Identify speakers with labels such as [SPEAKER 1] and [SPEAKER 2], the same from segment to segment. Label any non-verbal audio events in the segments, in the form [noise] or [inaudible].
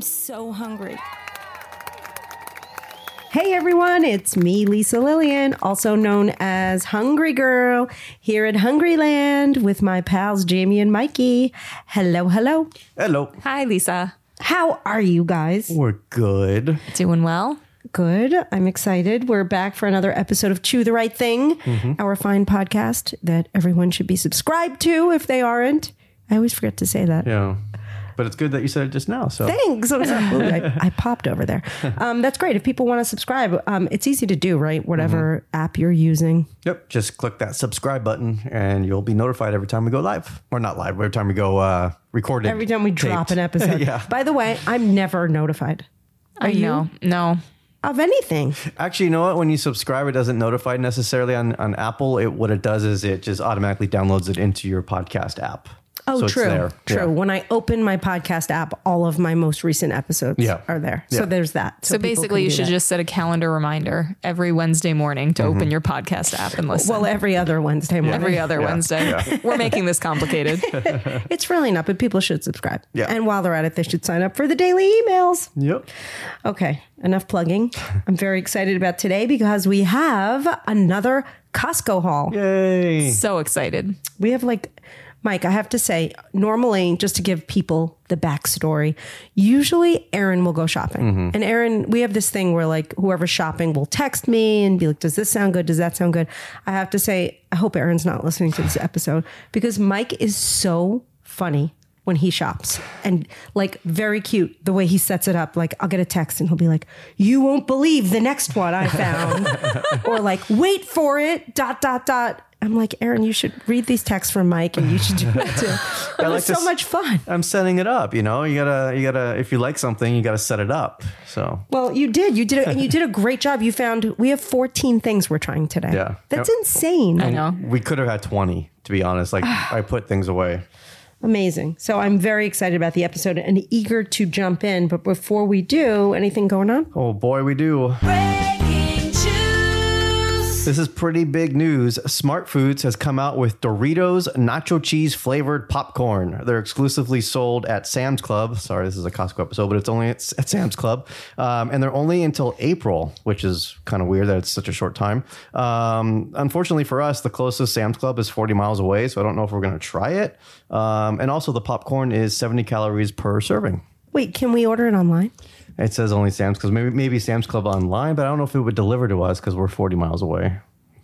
[SPEAKER 1] so hungry.
[SPEAKER 2] Hey everyone, it's me, Lisa Lillian, also known as Hungry Girl, here at Hungryland with my pals Jamie and Mikey. Hello, hello.
[SPEAKER 3] Hello.
[SPEAKER 1] Hi, Lisa.
[SPEAKER 2] How are you guys?
[SPEAKER 3] We're good.
[SPEAKER 1] Doing well?
[SPEAKER 2] Good. I'm excited. We're back for another episode of Chew the Right Thing, our fine podcast that everyone should be subscribed to if they aren't. I always forget to say that.
[SPEAKER 3] Yeah. But it's good that you said it just now. So
[SPEAKER 2] Thanks. I, was like, "Ooh," I, I popped over there. Um, that's great. If people want to subscribe, um, it's easy to do, right? Whatever app you're using.
[SPEAKER 3] yep, just click that subscribe button and you'll be notified every time we go live. Or not live, every time we go uh recorded.
[SPEAKER 2] Every time we drop an episode.
[SPEAKER 3] [laughs] Yeah.
[SPEAKER 2] By the way, I'm never notified
[SPEAKER 1] I know. No.
[SPEAKER 2] of anything.
[SPEAKER 3] Actually, you know what? When you subscribe, it doesn't notify necessarily on, on Apple. It what it does is it just automatically downloads it into your podcast app.
[SPEAKER 2] Oh,
[SPEAKER 3] So it's
[SPEAKER 2] true.
[SPEAKER 3] there.
[SPEAKER 2] True.
[SPEAKER 3] Yeah.
[SPEAKER 2] When I open my podcast app, all of my most recent episodes
[SPEAKER 3] Yeah.
[SPEAKER 2] are there. So
[SPEAKER 3] Yeah.
[SPEAKER 2] there's that.
[SPEAKER 4] So
[SPEAKER 2] people
[SPEAKER 4] basically,
[SPEAKER 2] can
[SPEAKER 4] you
[SPEAKER 2] do
[SPEAKER 4] should
[SPEAKER 2] that.
[SPEAKER 4] just set a calendar reminder every Wednesday morning to open your podcast app and listen.
[SPEAKER 2] Well, every other Wednesday morning.
[SPEAKER 4] every other Wednesday. [laughs] We're making this complicated.
[SPEAKER 2] It's really not, but people should subscribe.
[SPEAKER 3] Yeah.
[SPEAKER 2] And while they're at it, they should sign up for the daily emails.
[SPEAKER 3] Yep.
[SPEAKER 2] Okay, enough
[SPEAKER 3] [laughs]
[SPEAKER 2] plugging. I'm very excited about today because we have another Costco haul.
[SPEAKER 3] Yay.
[SPEAKER 4] so excited.
[SPEAKER 2] We have like, Mike, I have to say, normally, just to give people the backstory, usually Aaron will go shopping. And Aaron, we have this thing where like whoever's shopping will text me and be like, does this sound good? Does that sound good? I have to say, I hope Aaron's not listening to this episode because Mike is so funny when he shops and like very cute the way he sets it up like i'll get a text and he'll be like you won't believe the next one i
[SPEAKER 3] [laughs]
[SPEAKER 2] found or like wait for it dot dot dot i'm like aaron you should read these texts from mike and you should do it
[SPEAKER 3] [laughs]
[SPEAKER 2] too it
[SPEAKER 3] like
[SPEAKER 2] was so
[SPEAKER 3] this-
[SPEAKER 2] much fun
[SPEAKER 3] I'm setting it up, you know. You gotta you gotta if you like something, you gotta set it up. So
[SPEAKER 2] well you did you did it and you did a great job you found we have 14 things we're trying today
[SPEAKER 3] Yeah.
[SPEAKER 2] that's
[SPEAKER 3] Yep.
[SPEAKER 2] insane
[SPEAKER 4] I know.
[SPEAKER 3] we could have had twenty, to be honest.
[SPEAKER 2] [sighs]
[SPEAKER 3] Like I put things away.
[SPEAKER 2] amazing so i'm very excited about the episode and eager to jump in but before we do anything going on
[SPEAKER 3] Oh boy, we do.
[SPEAKER 1] Breaking news.
[SPEAKER 3] This is pretty big news. Smart Foods has come out with Doritos nacho cheese flavored popcorn. They're exclusively sold at Sam's Club. Sorry, this is a Costco episode, but it's only at, at Sam's Club. Um, and they're only until April, which is kind of weird that it's such a short time. Um, unfortunately for us, the closest Sam's Club is 40 miles away, so I don't know if we're going to try it. Um, and also, the popcorn is 70 calories per serving.
[SPEAKER 2] wait can we order it online
[SPEAKER 3] It says only Sam's because maybe, maybe Sam's Club online, but I don't know if it would deliver to us because we're 40 miles away.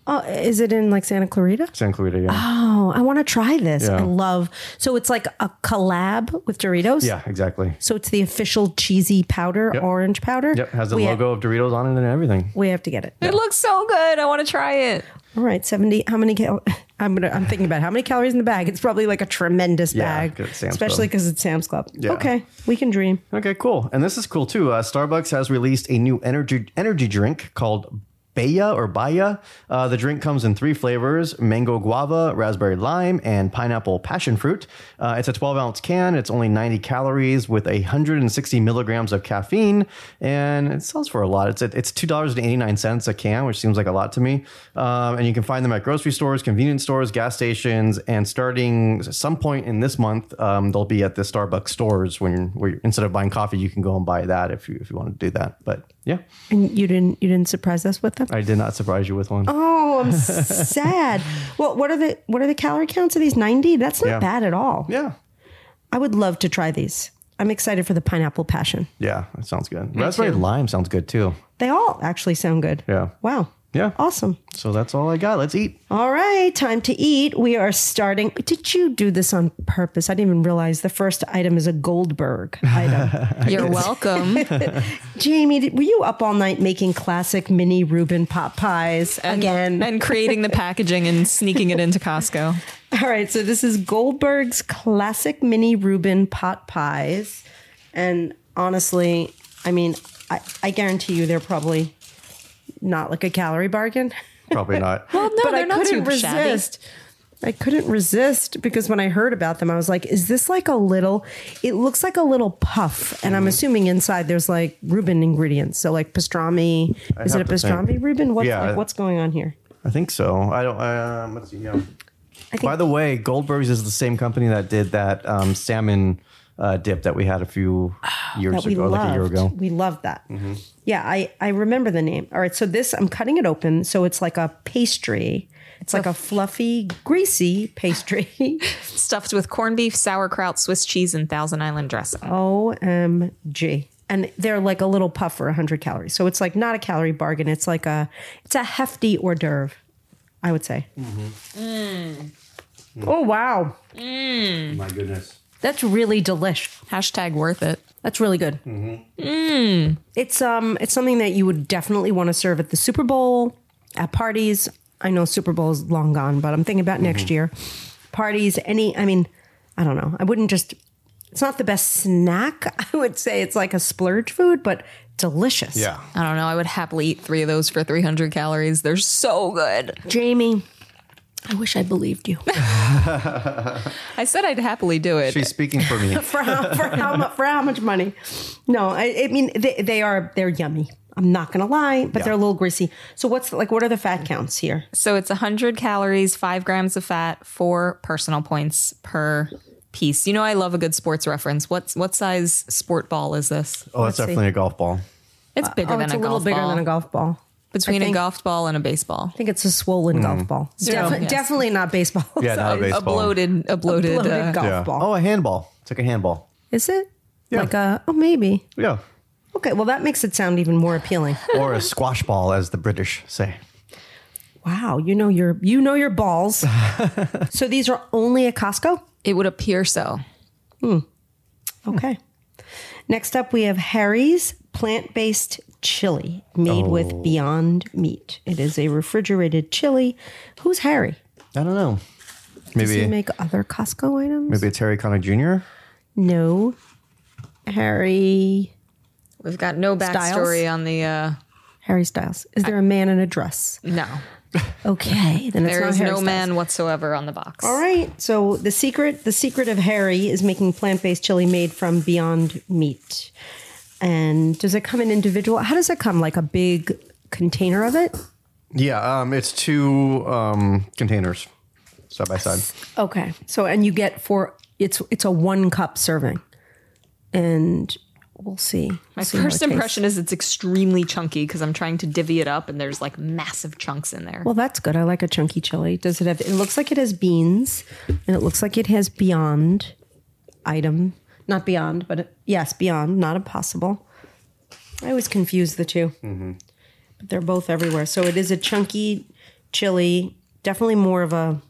[SPEAKER 2] Oh, is it in like Santa Clarita?
[SPEAKER 3] San Clarita, yeah.
[SPEAKER 2] Oh, I want to try this.
[SPEAKER 3] Yeah.
[SPEAKER 2] I love. So it's like a collab with Doritos.
[SPEAKER 3] Yeah, exactly.
[SPEAKER 2] So it's the official cheesy powder,
[SPEAKER 3] Yep.
[SPEAKER 2] orange powder.
[SPEAKER 3] Yep, has the
[SPEAKER 2] we
[SPEAKER 3] logo of Doritos on it and everything.
[SPEAKER 2] we have to get it.
[SPEAKER 4] It looks so good. I want to try it.
[SPEAKER 2] All right, seventy. How many? Cal- [laughs] I'm gonna. I'm thinking about how many calories in the bag. It's probably like a tremendous
[SPEAKER 3] Yeah,
[SPEAKER 2] bag,
[SPEAKER 3] good Sam's
[SPEAKER 2] especially
[SPEAKER 3] Club.
[SPEAKER 2] because it's Sam's Club.
[SPEAKER 3] Yeah.
[SPEAKER 2] Okay, we can dream.
[SPEAKER 3] Okay, cool. And this is cool too. Uh, Starbucks has released a new energy energy drink called Baya or Baya. Uh, the drink comes in three flavors: mango guava, raspberry lime, and pineapple passion fruit. Uh, it's a 12 ounce can. It's only 90 calories with 160 milligrams of caffeine, and it sells for a lot. It's it's two dollars and eighty nine cents a can, which seems like a lot to me. Um, and you can find them at grocery stores, convenience stores, gas stations, and starting at some point in this month, um, they'll be at the Starbucks stores. When where you- instead of buying coffee, you can go and buy that if you if you want to do that. But yeah,
[SPEAKER 2] And you didn't. You didn't surprise us with
[SPEAKER 3] [laughs]
[SPEAKER 2] them.
[SPEAKER 3] I did not surprise you with one.
[SPEAKER 2] Oh, I'm sad. Well, what are the what are the calorie counts of these? Ninety. That's not
[SPEAKER 3] Yeah.
[SPEAKER 2] bad at all.
[SPEAKER 3] Yeah,
[SPEAKER 2] I would love to try these. I'm excited for the pineapple passion.
[SPEAKER 3] yeah, that sounds good. Raspberry lime sounds good too.
[SPEAKER 2] They all actually sound good.
[SPEAKER 3] Yeah.
[SPEAKER 2] Wow.
[SPEAKER 3] Yeah.
[SPEAKER 2] Awesome.
[SPEAKER 3] So that's all I got. Let's eat.
[SPEAKER 2] All right, time to eat. We are starting. Did you do this on purpose? I didn't even realize the first item is a Goldberg
[SPEAKER 3] [laughs]
[SPEAKER 2] item.
[SPEAKER 4] You're welcome.
[SPEAKER 2] Jamie, did, were you up all night making classic mini Reuben pot pies again?
[SPEAKER 4] and creating the packaging and sneaking it into Costco.
[SPEAKER 2] [laughs] All right, so this is Goldberg's classic mini Reuben pot pies. And honestly, I mean, I, I guarantee you they're probably not like a calorie bargain. [laughs]
[SPEAKER 3] Probably not.
[SPEAKER 4] Well, no,
[SPEAKER 2] but
[SPEAKER 4] they're
[SPEAKER 2] I
[SPEAKER 4] not too
[SPEAKER 2] couldn't
[SPEAKER 4] shabby.
[SPEAKER 2] resist. I couldn't resist because when I heard about them, I was like, is this like a little, it looks like a little puff. And
[SPEAKER 3] Mm-hmm.
[SPEAKER 2] I'm assuming inside there's like Reuben ingredients. So like pastrami, is it a
[SPEAKER 3] have to think.
[SPEAKER 2] pastrami Reuben? What's,
[SPEAKER 3] Yeah.
[SPEAKER 2] like, what's going on here?
[SPEAKER 3] I think so. I don't. Um, let's see. Yeah.
[SPEAKER 2] I think
[SPEAKER 3] By the way, Goldberg's is the same company that did that um, salmon uh, dip that we had a few years
[SPEAKER 2] Ah, that we
[SPEAKER 3] ago,
[SPEAKER 2] loved.
[SPEAKER 3] like a year ago.
[SPEAKER 2] We loved that.
[SPEAKER 3] Mm-hmm.
[SPEAKER 2] Yeah, I I remember the name. All right, so this I'm cutting it open, so it's like a pastry. It's like a fluffy, greasy pastry. [laughs]
[SPEAKER 4] Stuffed with corned beef, sauerkraut, Swiss cheese, and Thousand Island dressing.
[SPEAKER 2] OMG. And they're like a little puff for 100 calories. So it's like not a calorie bargain. It's like a it's a hefty hors d'oeuvre, I would say. Oh wow.
[SPEAKER 3] My goodness.
[SPEAKER 2] That's really delish.
[SPEAKER 4] Hashtag worth it.
[SPEAKER 2] That's really good. It's um it's something that you would definitely want to serve at the Super Bowl, at parties. I know Super Bowl is long gone, but I'm thinking about next year. Parties, any I mean, I don't know. I wouldn't just it's not the best snack. [laughs] I would say it's like a splurge food, but delicious.
[SPEAKER 3] Yeah.
[SPEAKER 4] I don't know. I would happily eat three of those for 300 calories. They're so good.
[SPEAKER 2] Jamie, I wish I believed you.
[SPEAKER 4] I said I'd happily do it.
[SPEAKER 3] She's speaking
[SPEAKER 2] [laughs]
[SPEAKER 3] for
[SPEAKER 2] [laughs]
[SPEAKER 3] me. Oh,
[SPEAKER 2] for how for how much for how much money? No, I, I mean they, they are they're yummy. I'm not gonna lie, but
[SPEAKER 3] Yeah.
[SPEAKER 2] they're a little greasy. So what's like what are the fat counts here?
[SPEAKER 4] So it's 100 calories, five grams of fat, four personal points per piece. You know, I love a good sports reference. What's what size sport ball is this?
[SPEAKER 3] Oh,
[SPEAKER 2] Let's
[SPEAKER 3] that's
[SPEAKER 2] see.
[SPEAKER 3] definitely a golf ball.
[SPEAKER 4] It's bigger
[SPEAKER 2] oh,
[SPEAKER 4] than
[SPEAKER 2] it's
[SPEAKER 4] a,
[SPEAKER 2] a, little
[SPEAKER 4] golf
[SPEAKER 2] bigger
[SPEAKER 4] ball.
[SPEAKER 2] than a golf ball.
[SPEAKER 4] Between
[SPEAKER 2] I
[SPEAKER 4] a
[SPEAKER 2] think-
[SPEAKER 4] golf ball and a baseball.
[SPEAKER 2] I think it's a swollen golf ball.
[SPEAKER 4] Zero,
[SPEAKER 2] Defi-
[SPEAKER 4] yes.
[SPEAKER 2] Definitely not baseball.
[SPEAKER 3] Mm. Yeah, not a
[SPEAKER 4] A
[SPEAKER 3] baseball.
[SPEAKER 4] bloated, a bloated,
[SPEAKER 2] Bloated
[SPEAKER 4] uh,
[SPEAKER 2] golf
[SPEAKER 3] Yeah.
[SPEAKER 2] ball.
[SPEAKER 3] Oh, a handball. It's like a handball.
[SPEAKER 2] Is it?
[SPEAKER 3] Yeah.
[SPEAKER 2] Like a oh maybe.
[SPEAKER 3] Yeah.
[SPEAKER 2] Okay, well that makes it sound even more appealing.
[SPEAKER 3] or a squash ball, as the British say.
[SPEAKER 2] [laughs] wow, you know your you know your balls.
[SPEAKER 3] [laughs]
[SPEAKER 2] so these are only at Costco?
[SPEAKER 4] it would appear so.
[SPEAKER 2] Okay. Next up, we have Harry's plant based chili made with Beyond Meat. It is a refrigerated chili. Who's Harry?
[SPEAKER 3] I don't know.
[SPEAKER 2] Does he
[SPEAKER 3] Maybe
[SPEAKER 2] make other Costco items?
[SPEAKER 3] maybe it's Harry Connick Jr.
[SPEAKER 2] No. Harry.
[SPEAKER 4] We've got no backstory on the. Uh,
[SPEAKER 2] Harry Styles. Is there a man in a dress?
[SPEAKER 4] no,
[SPEAKER 2] Okay, then it's
[SPEAKER 4] there
[SPEAKER 2] not
[SPEAKER 4] is
[SPEAKER 2] Harry
[SPEAKER 4] no
[SPEAKER 2] Styles.
[SPEAKER 4] man whatsoever on the box.
[SPEAKER 2] All right. So the secret, the secret of Harry is making plant-based chili made from Beyond Meat. And does it come in individual? How does it come? Like a big container of it?
[SPEAKER 3] Yeah, um, it's two um, containers side by side.
[SPEAKER 2] Okay. So and you get for it's it's a one cup serving, and we'll see.
[SPEAKER 4] My first impression is it's extremely chunky because I'm trying to divvy it up and there's like massive chunks in there.
[SPEAKER 2] Well, that's good. I like a chunky chili. Does it have? It looks like it has beans, and it looks like it has Beyond item, not Beyond, but yes, Beyond, not Impossible. I always confuse the 2 but they're both everywhere. So it is a chunky chili, definitely more of a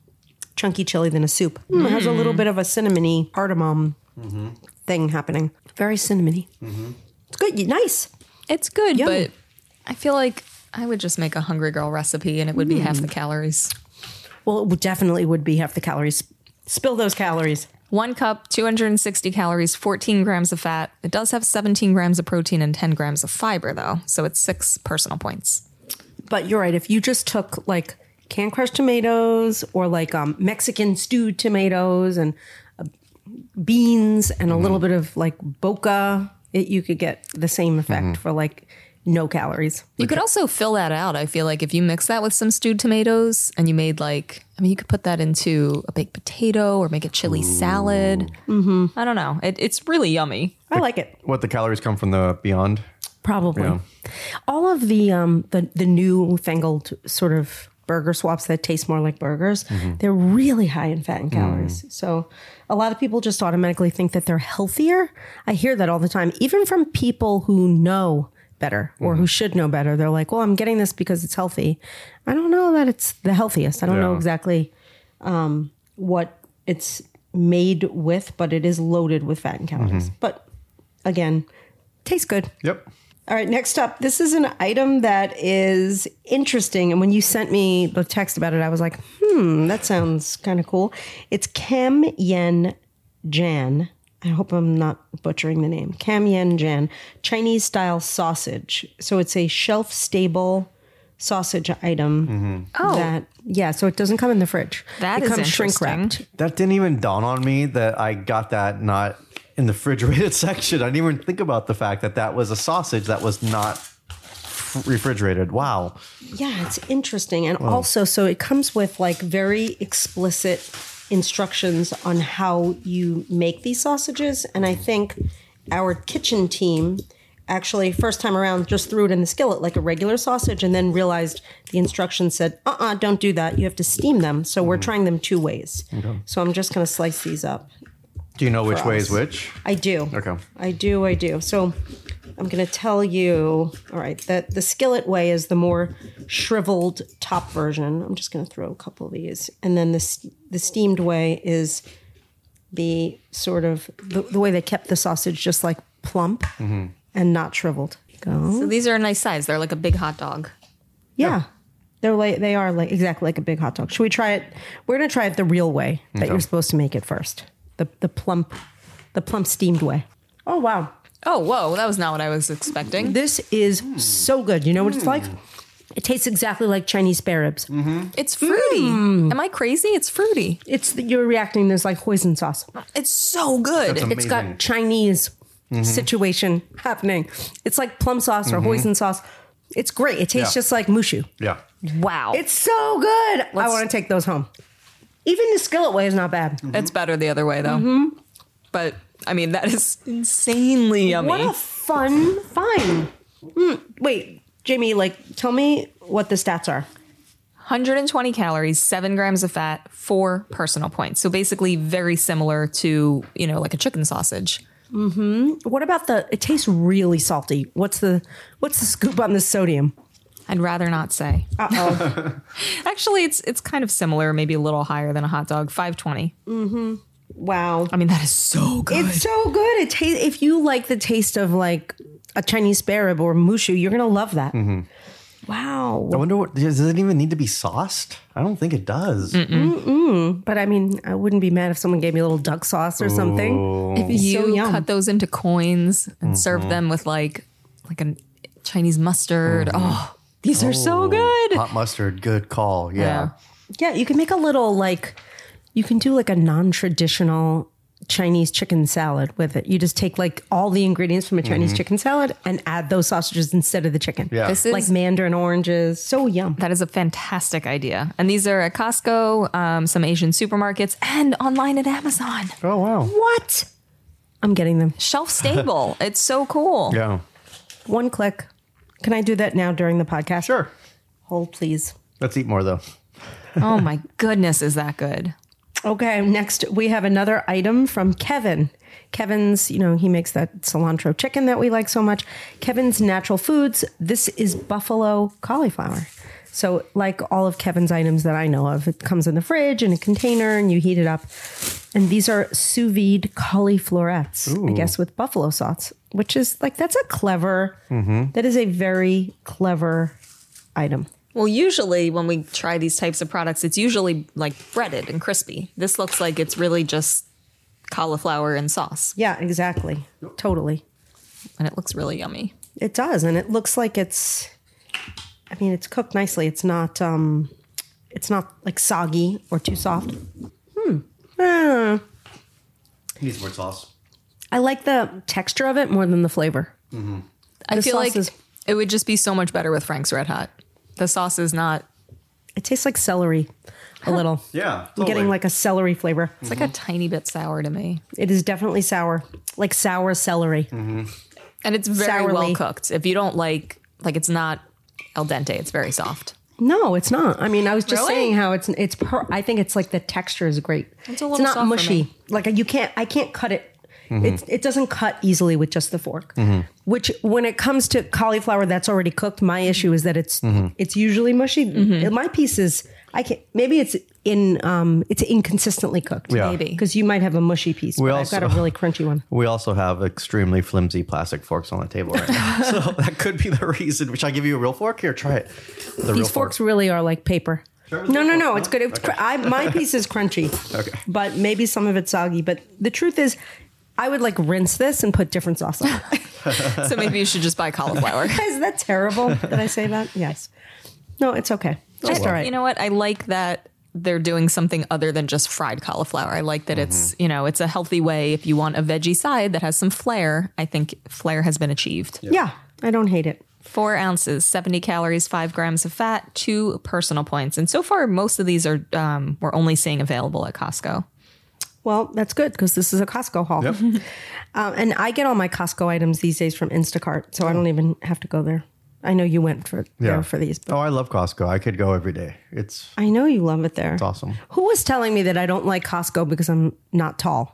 [SPEAKER 2] chunky chili than a soup. Mm, It has a little bit of a cinnamony cardamom thing happening. Very cinnamony. It's good. Nice.
[SPEAKER 4] it's good,
[SPEAKER 2] Yum.
[SPEAKER 4] but I feel like I would just make a hungry girl recipe and it would be half the calories.
[SPEAKER 2] Well, it would- definitely would be half the calories. Spill those calories.
[SPEAKER 4] One cup, 260 calories, 14 grams of fat. It does have 17 grams of protein and 10 grams of fiber, though. So it's six personal points.
[SPEAKER 2] But you're right. If you just took like canned crushed tomatoes or like um, Mexican stewed tomatoes and uh, beans and a little bit of like boca, it, you could get the same effect for like no calories.
[SPEAKER 4] You could also fill that out. I feel like if you mix that with some stewed tomatoes and you made like, I mean, you could put that into a baked potato or make a chili salad. Mm-hmm. I don't know. It, it's really yummy.
[SPEAKER 2] I like it.
[SPEAKER 3] What the calories come from the Beyond?
[SPEAKER 2] Probably. All of the um the the new fangled sort of burger swaps that taste more like burgers, they're really high in fat and calories. So a lot of people just automatically think that they're healthier. I hear that all the time, even from people who know better or who should know better. They're like, "Well, I'm getting this because it's healthy." I don't know that it's the healthiest. I don't know
[SPEAKER 3] Yeah.
[SPEAKER 2] exactly um, what it's made with, but it is loaded with fat and calories. But again, tastes good.
[SPEAKER 3] Yep.
[SPEAKER 2] All right, next up, this is an item that is interesting. And when you sent me the text about it, I was like, hmm, that sounds kind of cool. It's Cam Yen Jan. I hope I'm not butchering the name. Cam Yen Jan, Chinese style sausage. So it's a shelf stable sausage item. Oh. That, yeah, so it doesn't come in the fridge.
[SPEAKER 4] That
[SPEAKER 2] That
[SPEAKER 4] is
[SPEAKER 2] is shrink
[SPEAKER 4] interesting.
[SPEAKER 2] wrapped.
[SPEAKER 3] That didn't even dawn on me that I got that not in the refrigerated [laughs] section. I didn't even think about the fact that that was a sausage that was not f- refrigerated. Wow.
[SPEAKER 2] Yeah, it's interesting. And also, so it comes with like very explicit instructions on how you make these sausages. And I think our kitchen team actually, first time around, just threw it in the skillet like a regular sausage and then realized the instructions said, uh uh-uh, uh, do not do that. You have to steam them. So we're trying them two ways. So I'm just going to slice these up.
[SPEAKER 3] Do you know which way is
[SPEAKER 2] us.
[SPEAKER 3] which?
[SPEAKER 2] I do.
[SPEAKER 3] Okay.
[SPEAKER 2] I do. I do. So I'm going to tell you. All right. That the skillet way is the more shriveled top version. I'm just going to throw a couple of these, and then this the steamed way is the sort of the, the way they kept the sausage just like plump and not shriveled. Go.
[SPEAKER 4] So these are a nice size. They're like a big hot dog.
[SPEAKER 2] Yeah. They're like they are like exactly like a big hot dog. Should we try it? We're gonna try it the real way that you're supposed to make it first. The the plump, the plump steamed way. Oh wow,
[SPEAKER 4] Oh, whoa. That was not what I was expecting.
[SPEAKER 2] this is
[SPEAKER 3] Hmm.
[SPEAKER 2] so good. You know what it's like? It tastes exactly like Chinese spare ribs.
[SPEAKER 3] Hmm.
[SPEAKER 4] It's fruity. Am I crazy? It's fruity.
[SPEAKER 2] It's that you're reacting. There's like hoisin sauce.
[SPEAKER 4] It's so good.
[SPEAKER 3] That's
[SPEAKER 2] It's got
[SPEAKER 3] Amazing. Mm-hmm.
[SPEAKER 2] Chinese situation happening. It's like plum sauce or hoisin sauce. It's great. It tastes
[SPEAKER 3] Yeah.
[SPEAKER 2] just like mushu.
[SPEAKER 3] Yeah.
[SPEAKER 4] wow.
[SPEAKER 2] It's so good. I
[SPEAKER 4] Let's-
[SPEAKER 2] want to take those home. Even the skillet way is not bad.
[SPEAKER 4] It's better the other way though. But I mean, that is Mm-hmm. insanely yummy.
[SPEAKER 2] What a fun find. Mm, wait, Jamie, like, tell me what the stats are.
[SPEAKER 4] 120 calories, seven grams of fat, four personal points. So basically, very similar to you know like a chicken sausage.
[SPEAKER 2] What about the? It tastes really salty. What's the? What's the scoop on the sodium?
[SPEAKER 4] I'd rather not say.
[SPEAKER 2] Uh oh.
[SPEAKER 4] [laughs] Actually, it's it's kind of similar, maybe a little higher than a hot dog, 520.
[SPEAKER 2] Wow.
[SPEAKER 4] I mean, that is so good.
[SPEAKER 2] It's so good. It tastes if you like the taste of like a Chinese spare rib or mushu, you're gonna love that.
[SPEAKER 3] I
[SPEAKER 2] Wow.
[SPEAKER 3] wonder what does it even need to be sauced? I don't think it does.
[SPEAKER 2] But I mean, I wouldn't be mad if someone gave me a little duck sauce or
[SPEAKER 3] Oh.
[SPEAKER 2] something.
[SPEAKER 4] if you
[SPEAKER 2] so yum.
[SPEAKER 4] cut those into coins and
[SPEAKER 3] Mm-hmm.
[SPEAKER 4] serve them with like like a Chinese mustard. Oh, these are so good.
[SPEAKER 3] [laughs] Mm-hmm. Hot mustard, good call. Yeah.
[SPEAKER 2] Yeah, you can make a little like you can do like a non-traditional Chinese chicken salad with it. You just take like all the ingredients from a Chinese chicken salad and add those sausages instead of the chicken.
[SPEAKER 3] Mm-hmm. Yeah.
[SPEAKER 4] This is
[SPEAKER 2] Like mandarin oranges. So yum.
[SPEAKER 4] That is a fantastic idea. And these are at Costco, um, some Asian supermarkets, and online at Amazon.
[SPEAKER 3] Oh wow.
[SPEAKER 2] What? I'm getting them.
[SPEAKER 4] Shelf
[SPEAKER 3] [laughs]
[SPEAKER 4] stable. it's so cool.
[SPEAKER 3] Yeah.
[SPEAKER 2] One click. Can I do that now during the podcast?
[SPEAKER 3] Sure.
[SPEAKER 2] Hold please.
[SPEAKER 3] Let's eat more though.
[SPEAKER 4] Oh my goodness, is that good?
[SPEAKER 2] Okay, next we have another item from Kevin. Kevin's, you know, he makes that cilantro chicken that we like so much. Kevin's Natural Foods. This is buffalo cauliflower. So, like all of Kevin's items that I know of, it comes in the fridge in a container and you heat it up. And these are sous vide cauliflorettes, I guess, with buffalo sauce, which is like, that's a clever, that is a very clever item.
[SPEAKER 4] Well, usually when we try these types of products, it's usually like breaded and crispy. This looks like it's really just cauliflower and sauce,
[SPEAKER 2] Yeah, exactly. Totally.
[SPEAKER 4] and it looks really yummy.
[SPEAKER 2] It does, and it looks like it's. I mean, it's cooked nicely. It's not. um It's not like soggy or too soft. Hmm. Ah.
[SPEAKER 3] Needs more sauce.
[SPEAKER 2] I like the texture of it more than the flavor.
[SPEAKER 4] I
[SPEAKER 2] The sauce
[SPEAKER 4] feel like
[SPEAKER 2] is-
[SPEAKER 4] it would just be so much better with Frank's Red Hot. The sauce is not,
[SPEAKER 2] It tastes like celery, a little.
[SPEAKER 3] Yeah.
[SPEAKER 2] I'm getting
[SPEAKER 3] totally.
[SPEAKER 2] like a celery flavor.
[SPEAKER 4] it's like a tiny bit sour to me.
[SPEAKER 2] It is definitely sour, like sour celery.
[SPEAKER 4] And it's very well
[SPEAKER 2] Sourly.
[SPEAKER 4] cooked. If you don't like, like it's not al dente, it's very soft.
[SPEAKER 2] No, it's not. I mean, I was just
[SPEAKER 4] Really?
[SPEAKER 2] saying how it's it's. Per, I think it's like the texture is great.
[SPEAKER 4] It's a little
[SPEAKER 2] not
[SPEAKER 4] soft for
[SPEAKER 2] mushy.
[SPEAKER 4] me.
[SPEAKER 2] Like you can't. I can't cut it.
[SPEAKER 3] Mm-hmm.
[SPEAKER 2] It's It doesn't cut easily with just the fork. Which, when it comes to cauliflower that's already cooked, my issue is that it's
[SPEAKER 3] Mm-hmm.
[SPEAKER 2] it's usually mushy.
[SPEAKER 4] Mm-hmm.
[SPEAKER 2] My piece is I can not maybe it's in um it's inconsistently cooked.
[SPEAKER 3] Yeah.
[SPEAKER 4] Maybe.
[SPEAKER 2] because you might have a mushy piece, but I've got
[SPEAKER 3] also-
[SPEAKER 2] a really crunchy one.
[SPEAKER 3] We also have extremely flimsy plastic forks on the table
[SPEAKER 2] [laughs]
[SPEAKER 3] right now. so that could be the reason. Should I give you a real fork? Here, try it. The real
[SPEAKER 2] These forks really are like paper.
[SPEAKER 3] Sure.
[SPEAKER 2] No, no, no.
[SPEAKER 3] Huh?
[SPEAKER 2] It's good. It's
[SPEAKER 3] Okay.
[SPEAKER 2] cr- I,
[SPEAKER 3] [laughs]
[SPEAKER 2] my piece is crunchy.
[SPEAKER 3] Okay.
[SPEAKER 2] But maybe some of it's soggy. But the truth is, I would like rinse this and put different sauce on.
[SPEAKER 4] [laughs]
[SPEAKER 2] it.
[SPEAKER 4] So maybe you should just
[SPEAKER 2] [laughs]
[SPEAKER 4] buy cauliflower.
[SPEAKER 2] is that terrible? Did I say
[SPEAKER 4] [laughs]
[SPEAKER 2] that? Yes. No, it's okay. Just all right.
[SPEAKER 4] You know what? I like that they're doing something other than just fried cauliflower. I like that it's,
[SPEAKER 2] Mm-hmm.
[SPEAKER 4] you know, it's a healthy way if you want a veggie side that has some flair. I think flair has been achieved.
[SPEAKER 2] yeah, I don't hate it.
[SPEAKER 4] Four ounces, 70 calories, five grams of fat, two personal points. And so far, most of these are um, we're only seeing available at Costco.
[SPEAKER 2] Well, that's good because this is a Costco haul.
[SPEAKER 3] Yep.
[SPEAKER 2] [laughs] Um, and I get all my Costco items these days from Instacart, so I don't even have to go there. I know you went for there for these, but
[SPEAKER 3] Oh, I love Costco. I could go every day. It's
[SPEAKER 2] I know you love it there.
[SPEAKER 3] awesome.
[SPEAKER 2] Who was telling me that I don't like Costco because I'm not tall?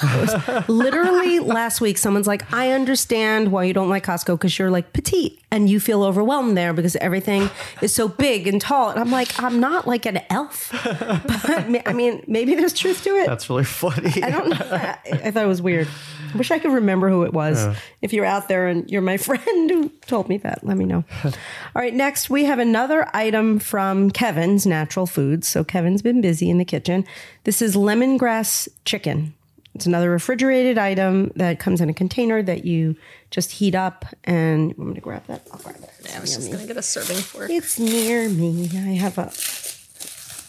[SPEAKER 2] It was literally last week, someone's like, I understand why you don't like Costco because you're like petite and you feel overwhelmed there because everything is so big and tall. And I'm like, I'm not like an elf. [laughs] But ma- I mean, maybe there's truth to it.
[SPEAKER 3] That's really [laughs] funny.
[SPEAKER 2] I don't know. I, I thought it was weird. I wish I could remember who it was. If you're out there and you're my [laughs] friend who told me that, let me know. All right, next we have another item from Kevin's Natural Foods. So Kevin's been busy in the kitchen. This is lemongrass chicken. It's another refrigerated item that comes in a container that you just heat up and you want me to grab that? I'll grab it.
[SPEAKER 4] I was just going to get a serving fork.
[SPEAKER 2] It's near me. I have a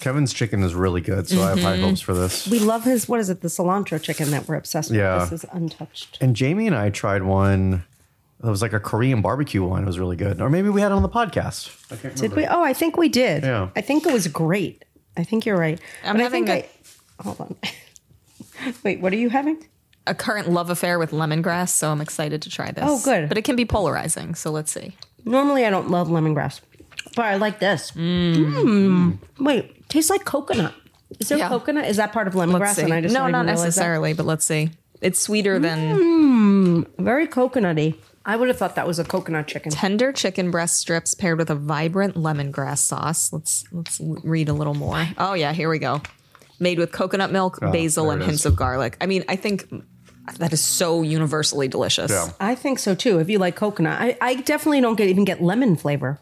[SPEAKER 3] Kevin's chicken is really good, so I have
[SPEAKER 2] Mm-hmm.
[SPEAKER 3] high hopes for this.
[SPEAKER 2] we love his what is it, the cilantro chicken that we're obsessed
[SPEAKER 3] Yeah.
[SPEAKER 2] with. This is untouched.
[SPEAKER 3] And Jamie and I tried one that was like a Korean barbecue one. It was really good. Or maybe we had it on the podcast. I can't
[SPEAKER 2] Did we? Oh, I think we did.
[SPEAKER 3] Yeah.
[SPEAKER 2] I think it was great. I think you're right.
[SPEAKER 4] I'm
[SPEAKER 2] But
[SPEAKER 4] having
[SPEAKER 2] I think I- hold on. [laughs] Wait, what are you having?
[SPEAKER 4] A current love affair with lemongrass, so I'm excited to try this.
[SPEAKER 2] Oh, good.
[SPEAKER 4] But it can be polarizing, so let's see.
[SPEAKER 2] Normally, I don't love lemongrass, but I like this. Mm. Wait, tastes like coconut. Is there
[SPEAKER 4] Yeah.
[SPEAKER 2] coconut? Is that part of
[SPEAKER 4] Let's
[SPEAKER 2] lemongrass?
[SPEAKER 4] see.
[SPEAKER 2] And I just
[SPEAKER 4] no,
[SPEAKER 2] don't
[SPEAKER 4] not
[SPEAKER 2] even realize that?
[SPEAKER 4] necessarily, but let's see. It's sweeter than
[SPEAKER 2] Very coconutty. I would have thought that was a coconut chicken.
[SPEAKER 4] tender chicken breast strips paired with a vibrant lemongrass sauce. Let's let's l- read a little more. Oh yeah, here we go. Made with coconut milk, basil,
[SPEAKER 3] Oh, there
[SPEAKER 4] and
[SPEAKER 3] it
[SPEAKER 4] hints
[SPEAKER 3] is.
[SPEAKER 4] of garlic. I mean, I think that is so universally delicious.
[SPEAKER 3] Yeah.
[SPEAKER 2] I think so too. If you like coconut, I, I definitely don't get even get lemon flavor,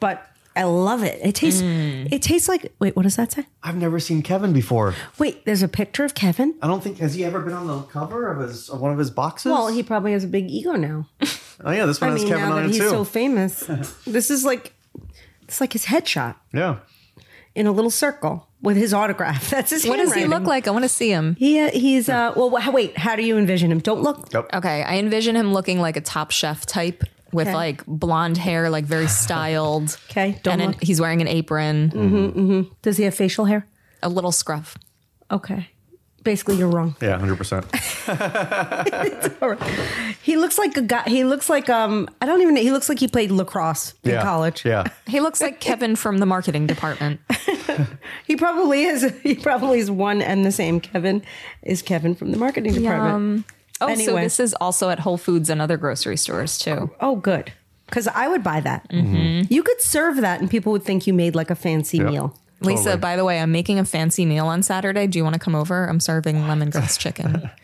[SPEAKER 2] but I love it. It tastes. It tastes like. Wait, what does that say?
[SPEAKER 3] I've never seen Kevin before.
[SPEAKER 2] Wait, there's a picture of Kevin.
[SPEAKER 3] I don't think has he ever been on the cover of his of one of his boxes.
[SPEAKER 2] Well, he probably has a big ego now.
[SPEAKER 3] oh yeah, this one
[SPEAKER 2] I
[SPEAKER 3] has
[SPEAKER 2] mean,
[SPEAKER 3] Kevin
[SPEAKER 2] now
[SPEAKER 3] on
[SPEAKER 2] that
[SPEAKER 3] it
[SPEAKER 2] he's
[SPEAKER 3] too.
[SPEAKER 2] so
[SPEAKER 3] [laughs]
[SPEAKER 2] famous, this is like it's like his headshot
[SPEAKER 3] yeah,
[SPEAKER 2] in a little circle with his autograph. [laughs] That's his.
[SPEAKER 4] What does he
[SPEAKER 2] handwriting.
[SPEAKER 4] look like? I want to see him.
[SPEAKER 2] He he's uh well wh- wait how do you envision him? Don't look.
[SPEAKER 4] Okay, I envision him looking like a Top Chef type with
[SPEAKER 2] Okay.
[SPEAKER 4] like blonde hair, like very styled.
[SPEAKER 2] [laughs] Okay, don't
[SPEAKER 4] and an-
[SPEAKER 2] look.
[SPEAKER 4] he's wearing an apron,
[SPEAKER 3] Mm.
[SPEAKER 2] Does he have facial hair?
[SPEAKER 4] a little scruff.
[SPEAKER 2] Okay, basically you're wrong. [laughs]
[SPEAKER 3] yeah, hundred percent.
[SPEAKER 2] All right. He looks like a guy. He looks like um I don't even. He looks like he played lacrosse in
[SPEAKER 3] Yeah,
[SPEAKER 2] college.
[SPEAKER 3] Yeah,
[SPEAKER 4] He looks like Kevin from the
[SPEAKER 2] [laughs]
[SPEAKER 4] marketing department.
[SPEAKER 2] He probably is. [laughs] He probably is one and the same. Kevin is Kevin from the marketing department.
[SPEAKER 4] Um, oh, so
[SPEAKER 2] Anyway.
[SPEAKER 4] this is also at Whole Foods and other grocery stores too.
[SPEAKER 2] Oh, good. Because I would buy that. You could serve that, and people would think you made like a fancy meal.
[SPEAKER 4] Lisa, by the way, I'm making a fancy meal on Saturday. Do you want to come over? I'm serving lemongrass chicken. [laughs]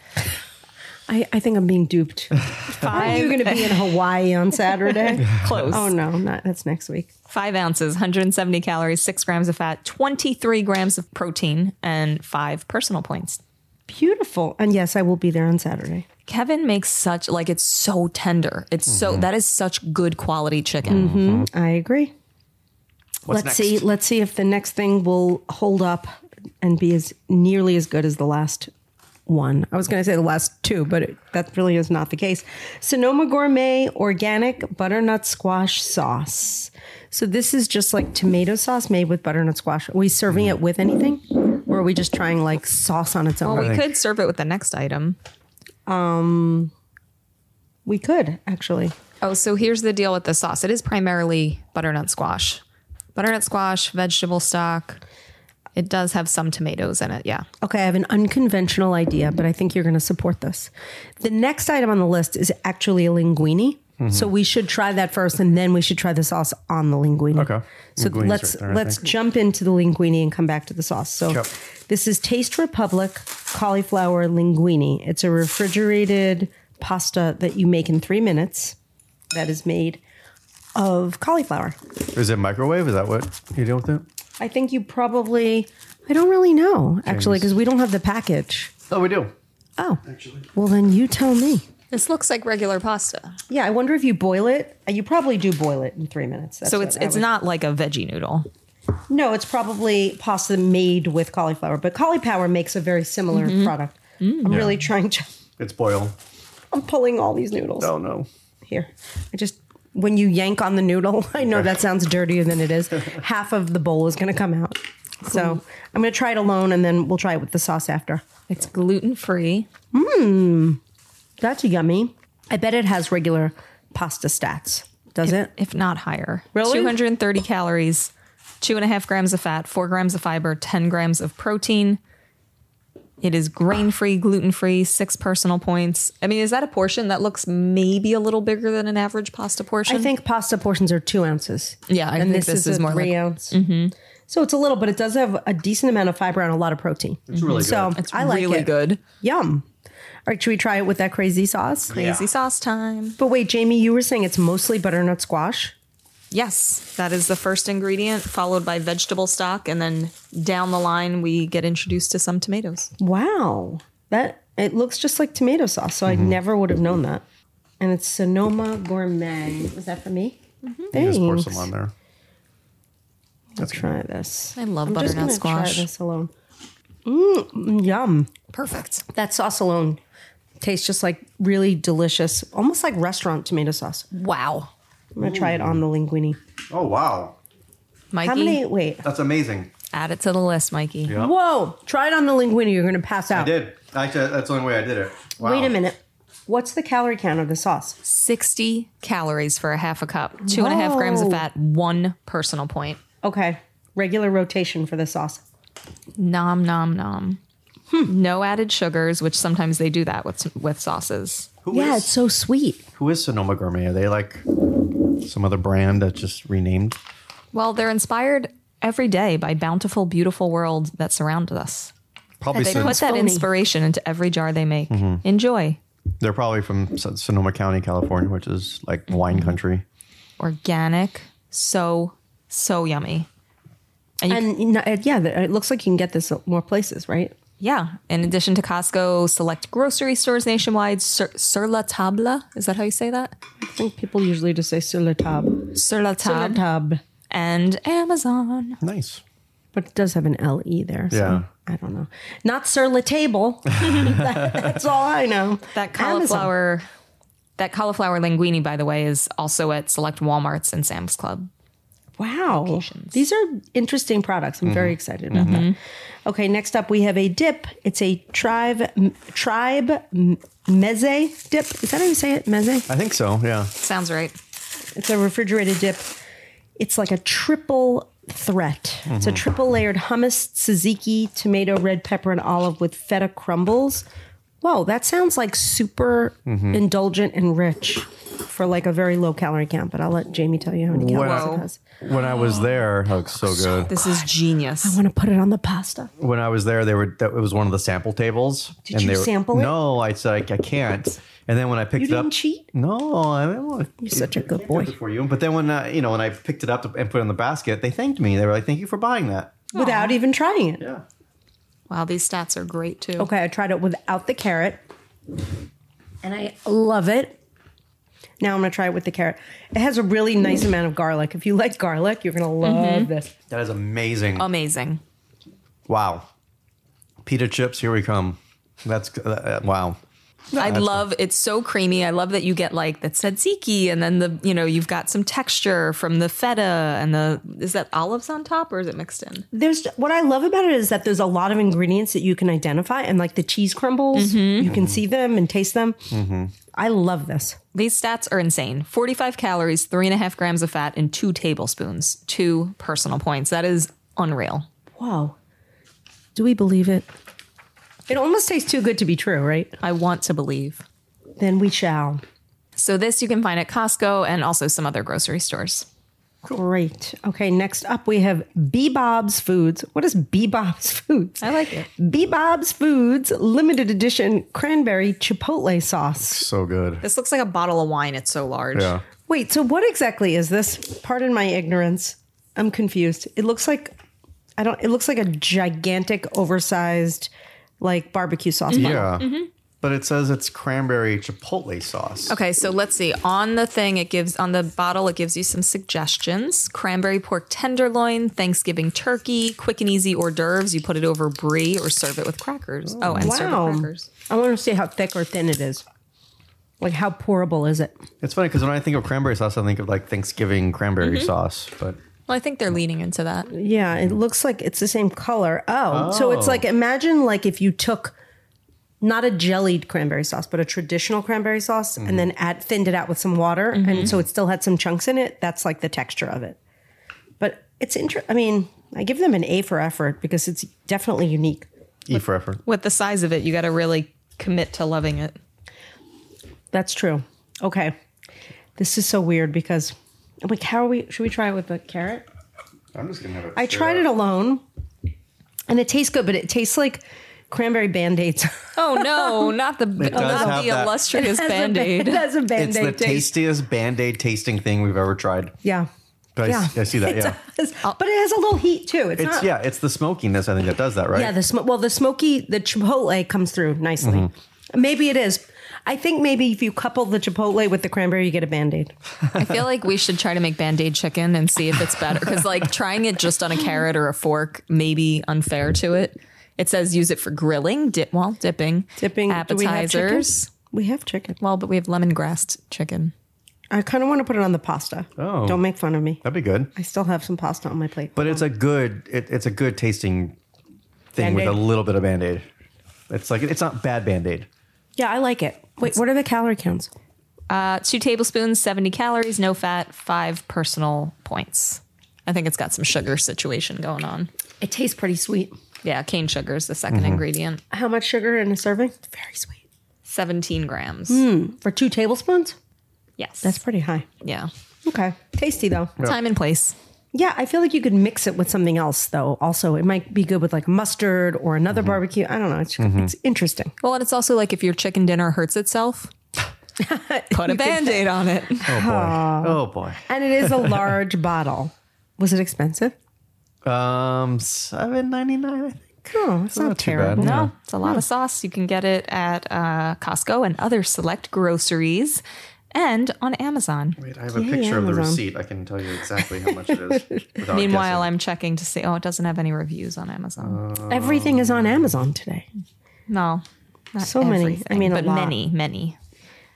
[SPEAKER 2] I, I think I'm being duped. [laughs] Are you going to be in Hawaii on [laughs] Saturday?
[SPEAKER 4] Close.
[SPEAKER 2] oh no, not that's next week.
[SPEAKER 4] Five ounces, 170 calories, six grams of fat, 23 grams of protein, and five personal points.
[SPEAKER 2] Beautiful. And yes, I will be there on Saturday.
[SPEAKER 4] Kevin makes such like it's so tender. It's so that is such good quality chicken.
[SPEAKER 2] I agree. let's
[SPEAKER 3] What's next?
[SPEAKER 2] see. Let's see if the next thing will hold up and be as nearly as good as the last one. I was going to say the last two, but it, that really is not the case. Sonoma Gourmet Organic Butternut Squash Sauce. So this is just like tomato sauce made with butternut squash. Are we serving it with anything, or are we just trying like sauce on its own?
[SPEAKER 4] We
[SPEAKER 3] think-
[SPEAKER 4] could serve it with the next item.
[SPEAKER 2] we could actually.
[SPEAKER 4] Oh, so here's the deal with the sauce. It is primarily butternut squash. Butternut squash, vegetable stock. It does have some tomatoes in it. Yeah.
[SPEAKER 2] Okay, I have an unconventional idea, but I think you're going to support this. The next item on the list is actually a linguine.
[SPEAKER 3] Mm-hmm.
[SPEAKER 2] So we should try that first, and then we should try the sauce on the linguine.
[SPEAKER 3] Okay.
[SPEAKER 2] So
[SPEAKER 3] Linguine's
[SPEAKER 2] let's
[SPEAKER 3] right there, I
[SPEAKER 2] let's
[SPEAKER 3] think.
[SPEAKER 2] jump into the linguine and come back to the sauce. So
[SPEAKER 3] Yep.
[SPEAKER 2] this is Taste Republic cauliflower linguine. It's a refrigerated pasta that you make in three minutes. That is made of cauliflower.
[SPEAKER 3] Is it microwave? Is that what you deal with it?
[SPEAKER 2] I think you probably. I don't really know actually because we don't have the package.
[SPEAKER 3] Oh, we do.
[SPEAKER 2] Oh, well then you tell me.
[SPEAKER 4] This looks like regular pasta.
[SPEAKER 2] Yeah, I wonder if you boil it. Uh, You probably do boil it in three minutes. That's
[SPEAKER 4] So
[SPEAKER 2] what
[SPEAKER 4] it's
[SPEAKER 2] I
[SPEAKER 4] it's
[SPEAKER 2] would-
[SPEAKER 4] not like a veggie noodle.
[SPEAKER 2] No, it's probably pasta made with cauliflower, but cauliflower makes a very similar
[SPEAKER 4] Mm-hmm.
[SPEAKER 2] product.
[SPEAKER 4] Mm.
[SPEAKER 2] I'm really trying to. [laughs]
[SPEAKER 3] It's boil.
[SPEAKER 2] I'm pulling all these noodles
[SPEAKER 3] Oh no.
[SPEAKER 2] here. I just when you yank on the noodle, [laughs] I know that sounds dirtier than it is. Half of the bowl is going to come out. So I'm going to try it alone, and then we'll try it with the sauce after.
[SPEAKER 4] It's gluten free.
[SPEAKER 2] That's yummy. I bet it has regular pasta stats. Does it?
[SPEAKER 4] if not higher.
[SPEAKER 2] Really?
[SPEAKER 4] 230 calories, two and a half grams of fat, four grams of fiber, 10 grams of protein. It is grain free, gluten free, six personal points. I mean, is that a portion that looks maybe a little bigger than an average pasta portion?
[SPEAKER 2] I think pasta portions are two ounces.
[SPEAKER 4] Yeah, I
[SPEAKER 2] and
[SPEAKER 4] think
[SPEAKER 2] this,
[SPEAKER 4] this
[SPEAKER 2] is,
[SPEAKER 4] is
[SPEAKER 2] a
[SPEAKER 4] more
[SPEAKER 2] three
[SPEAKER 4] like- Mm-hmm.
[SPEAKER 2] ounce. So it's a little, but it does have a decent amount of fiber and a lot of protein. It's
[SPEAKER 3] really
[SPEAKER 2] so
[SPEAKER 3] good.
[SPEAKER 4] it's
[SPEAKER 2] I like
[SPEAKER 4] really
[SPEAKER 2] it.
[SPEAKER 4] good.
[SPEAKER 2] Yum. All right, should we try it with that crazy sauce?
[SPEAKER 4] Crazy sauce time.
[SPEAKER 2] But wait, Jamie, you were saying it's mostly butternut squash.
[SPEAKER 4] Yes, that is the first ingredient, followed by vegetable stock, and then down the line we get introduced to some tomatoes.
[SPEAKER 2] Wow, that it looks just like tomato sauce. So
[SPEAKER 3] Mm-hmm.
[SPEAKER 2] I never would have known that. And it's Sonoma Gourmet. Was that for me? Thanks.
[SPEAKER 3] Just pour some on there.
[SPEAKER 2] Let's try this.
[SPEAKER 4] I love
[SPEAKER 2] I'm just
[SPEAKER 4] butternut
[SPEAKER 2] gonna
[SPEAKER 4] squash.
[SPEAKER 2] Try this alone. Mm, yum.
[SPEAKER 4] Perfect.
[SPEAKER 2] That sauce alone tastes just like really delicious, almost like restaurant tomato sauce.
[SPEAKER 4] Wow.
[SPEAKER 2] I'm gonna try it on the linguine.
[SPEAKER 3] Oh wow,
[SPEAKER 4] Mikey,
[SPEAKER 2] How many? Wait.
[SPEAKER 3] that's amazing.
[SPEAKER 4] add it to the list, Mikey.
[SPEAKER 2] Whoa! Try it on the linguine. You're gonna pass out.
[SPEAKER 3] I did. Actually, that's the only way I did it. Wow.
[SPEAKER 2] Wait a minute. What's the calorie count of the sauce?
[SPEAKER 4] 60 calories for a half a cup, two and a half grams of
[SPEAKER 2] Whoa.
[SPEAKER 4] fat, one personal point.
[SPEAKER 2] Okay. Regular rotation for the sauce.
[SPEAKER 4] Nom, nom, nom. Hmm. No added sugars, which sometimes they do that with, with sauces.
[SPEAKER 3] Who is
[SPEAKER 2] Yeah, it's so sweet.
[SPEAKER 3] who is Sonoma Gourmet? Are they like some other brand that just renamed?
[SPEAKER 4] Well, they're inspired every day by bountiful, beautiful world that surrounds us.
[SPEAKER 3] Probably
[SPEAKER 4] They
[SPEAKER 3] Son-
[SPEAKER 4] put that
[SPEAKER 2] phony.
[SPEAKER 4] inspiration into every jar they make. Enjoy.
[SPEAKER 3] they're probably from Son- Sonoma County, California, which is like wine country.
[SPEAKER 4] Organic. So, so yummy.
[SPEAKER 2] And you know, it- yeah, th- it looks like you can get this at more places, right?
[SPEAKER 4] Yeah. In addition to Costco, select grocery stores nationwide, sur, sur la table. Is that how you say that?
[SPEAKER 2] I think people usually just say sur le table.
[SPEAKER 4] Sur la
[SPEAKER 2] Sur le
[SPEAKER 4] table.
[SPEAKER 2] table.
[SPEAKER 4] And Amazon.
[SPEAKER 3] Nice.
[SPEAKER 2] But it does have an L-E there. So
[SPEAKER 3] Yeah.
[SPEAKER 2] I don't know. Not sur le table. [laughs] That's all I know.
[SPEAKER 4] That
[SPEAKER 2] Amazon.
[SPEAKER 4] cauliflower, that cauliflower linguine, by the way, is also at select WalMarts and Sam's Club.
[SPEAKER 2] Wow. These are interesting products. I'm very excited about that. Okay, next up we have a dip. It's a tribe m- tribe m- meze dip. Is that how you say it? Meze?
[SPEAKER 3] I think so. Yeah.
[SPEAKER 4] Sounds right.
[SPEAKER 2] It's a refrigerated dip. It's like a triple threat. It's a triple layered hummus, tzatziki, tomato, red pepper, and olive with feta crumbles. Whoa, that sounds like super indulgent and rich for like a very low calorie count. But I'll let Jamie tell you how many calories
[SPEAKER 3] Wow.
[SPEAKER 2] it has.
[SPEAKER 3] When I was there, that looks so good.
[SPEAKER 4] This is genius.
[SPEAKER 2] I want to put it on the pasta.
[SPEAKER 3] when I was there, they were that it was one of the sample tables. Did
[SPEAKER 2] you
[SPEAKER 3] they were,
[SPEAKER 2] sample it?
[SPEAKER 3] No, I said I, I can't. And then when I picked
[SPEAKER 2] You
[SPEAKER 3] it up,
[SPEAKER 2] didn't cheat?
[SPEAKER 3] no, I mean, well,
[SPEAKER 2] You're such a good
[SPEAKER 3] I
[SPEAKER 2] boy.
[SPEAKER 3] did it for you. But then when I, you know when I picked it up and put it in the basket, they thanked me. They were like, "Thank you for buying that."
[SPEAKER 2] without even trying it.
[SPEAKER 3] Yeah,
[SPEAKER 4] Wow, these stats are great too.
[SPEAKER 2] Okay, I tried it without the carrot, and I love it. Now I'm gonna try it with the carrot. It has a really nice amount of garlic. If you like garlic, you're gonna love this.
[SPEAKER 3] that is amazing.
[SPEAKER 2] Oh.
[SPEAKER 4] Amazing.
[SPEAKER 3] wow, pita chips, here we come. That's uh, uh, wow.
[SPEAKER 4] I love it's so creamy. I love that you get like that tzatziki and then the you know you've got some texture from the feta and the is that olives on top or is it mixed in?
[SPEAKER 2] There's what I love about it is that there's a lot of ingredients that you can identify, and like the cheese crumbles, you can see them and taste them. I love this.
[SPEAKER 4] These stats are insane. 45 calories, three and a half grams of fat, and two tablespoons, two personal points. That is unreal.
[SPEAKER 2] Wow, do we believe it? It almost tastes too good to be true, right?
[SPEAKER 4] I want to believe.
[SPEAKER 2] Then we shall.
[SPEAKER 4] So this you can find at Costco and also some other grocery stores.
[SPEAKER 2] Great. Okay, next up we have Bebob's Foods. What is Bebob's Foods?
[SPEAKER 4] I like it.
[SPEAKER 2] Bebob's Foods limited edition cranberry chipotle sauce.
[SPEAKER 3] So good.
[SPEAKER 4] This looks like a bottle of wine. It's so large.
[SPEAKER 3] Yeah,
[SPEAKER 2] Wait, so what exactly is this? Pardon my ignorance. I'm confused. It looks like I don't it looks like a gigantic oversized like barbecue sauce. bun.
[SPEAKER 3] yeah. But it says it's cranberry chipotle sauce.
[SPEAKER 4] Okay, so let's see. On the thing, it gives on the bottle, it gives you some suggestions: cranberry pork tenderloin, Thanksgiving turkey, quick and easy hors d'oeuvres. You put it over brie or serve it with crackers. Oh, and serve it
[SPEAKER 2] Wow.
[SPEAKER 4] with crackers.
[SPEAKER 2] I want to see how thick or thin it is. Like, how pourable is it?
[SPEAKER 3] It's funny because when I think of cranberry sauce, I think of like Thanksgiving cranberry
[SPEAKER 2] Mm-hmm.
[SPEAKER 3] sauce. But
[SPEAKER 4] Well, I think they're leaning into that.
[SPEAKER 2] Yeah, it looks like it's the same color. Oh, so it's
[SPEAKER 3] Oh.
[SPEAKER 2] like imagine like if you took not a jellied cranberry sauce, but a traditional cranberry sauce, and then add thinned it out with some water, and so it still had some chunks in it. That's like the texture of it. But it's interesting. I mean, I give them an A for effort because it's definitely unique.
[SPEAKER 3] E for effort.
[SPEAKER 4] With the size of it, you got to really commit to loving it.
[SPEAKER 2] That's true. Okay, this is so weird because I'm like, how are we? Should we try it with the carrot?
[SPEAKER 3] I'm just gonna have it.
[SPEAKER 2] I tried it alone, and it tastes good, but it tastes like cranberry band [laughs] aids.
[SPEAKER 4] Oh no, not the
[SPEAKER 3] does
[SPEAKER 4] not
[SPEAKER 3] have
[SPEAKER 4] the
[SPEAKER 3] that-
[SPEAKER 4] illustrious band aid.
[SPEAKER 2] That's a band
[SPEAKER 3] It's the
[SPEAKER 2] aid taste.
[SPEAKER 3] tastiest band aid tasting thing we've ever tried.
[SPEAKER 2] Yeah.
[SPEAKER 3] I,
[SPEAKER 2] yeah.
[SPEAKER 3] I see that.
[SPEAKER 2] It
[SPEAKER 3] Yeah,
[SPEAKER 2] does. But it has a little heat too. It's,
[SPEAKER 3] it's
[SPEAKER 2] not.
[SPEAKER 3] yeah, it's the smokiness. I think that does that, right?
[SPEAKER 2] Yeah, The sm- well, the smoky, the chipotle comes through nicely.
[SPEAKER 3] Mm-hmm.
[SPEAKER 2] Maybe it is. I think maybe if you couple the chipotle with the cranberry, you get a band aid.
[SPEAKER 4] I feel like we should try to make band aid chicken and see if it's better. Because, like, trying it just on a carrot or a fork may be unfair to it. It says use it for grilling, dip, well, dipping,
[SPEAKER 2] Dipping do we have chicken?
[SPEAKER 4] appetizers.
[SPEAKER 2] We have chicken.
[SPEAKER 4] Well, but we have lemongrass chicken.
[SPEAKER 2] I kind of want to put it on the pasta.
[SPEAKER 3] Oh.
[SPEAKER 2] Don't make fun of me.
[SPEAKER 3] that'd be good.
[SPEAKER 2] I still have some pasta on my plate.
[SPEAKER 3] But it's a good. It, it's a good tasting thing with a
[SPEAKER 2] Band-Aid.
[SPEAKER 3] little bit of band aid. It's like it's not bad band aid.
[SPEAKER 2] yeah, I like it. Wait, what are the calorie counts?
[SPEAKER 4] Uh, two tablespoons, 70 calories, no fat, five personal points. I think it's got some sugar situation going on.
[SPEAKER 2] It tastes pretty sweet.
[SPEAKER 4] Yeah, cane sugar is the 2nd ingredient.
[SPEAKER 2] How much sugar in a serving? Very sweet.
[SPEAKER 4] 17 grams.
[SPEAKER 2] For two tablespoons?
[SPEAKER 4] Yes.
[SPEAKER 2] Hmm. That's pretty high.
[SPEAKER 4] yeah.
[SPEAKER 2] Okay. Tasty though.
[SPEAKER 4] Time and place.
[SPEAKER 2] Yeah, I feel like you could mix it with something else though. Also, it might be good with like mustard or another barbecue. I don't know. It's, it's interesting.
[SPEAKER 4] Well, and it's also like if your chicken dinner hurts [laughs] itself, put a band aid on it.
[SPEAKER 3] Oh boy. Oh boy.
[SPEAKER 2] And it is a large [laughs] bottle. Was it expensive?
[SPEAKER 3] Um, seven ninety nine. I think.
[SPEAKER 2] Oh, it's not,
[SPEAKER 3] not too bad.
[SPEAKER 2] terrible.
[SPEAKER 3] No.
[SPEAKER 4] [laughs] No, it's a lot of sauce. You can get it at uh, Costco and other select groceries and on Amazon.
[SPEAKER 3] Wait, I have a
[SPEAKER 2] Yay,
[SPEAKER 3] picture of the
[SPEAKER 2] Amazon.
[SPEAKER 3] receipt. I can tell you exactly how much it
[SPEAKER 2] [laughs]
[SPEAKER 3] is. without
[SPEAKER 4] Meanwhile,
[SPEAKER 3] guessing.
[SPEAKER 4] I'm checking to see. Oh, it doesn't have any reviews on Amazon.
[SPEAKER 2] Uh. Everything is on Amazon today.
[SPEAKER 4] no. Not
[SPEAKER 2] So many. I
[SPEAKER 4] everything,
[SPEAKER 2] mean, a
[SPEAKER 4] but
[SPEAKER 2] lot.
[SPEAKER 4] many, many.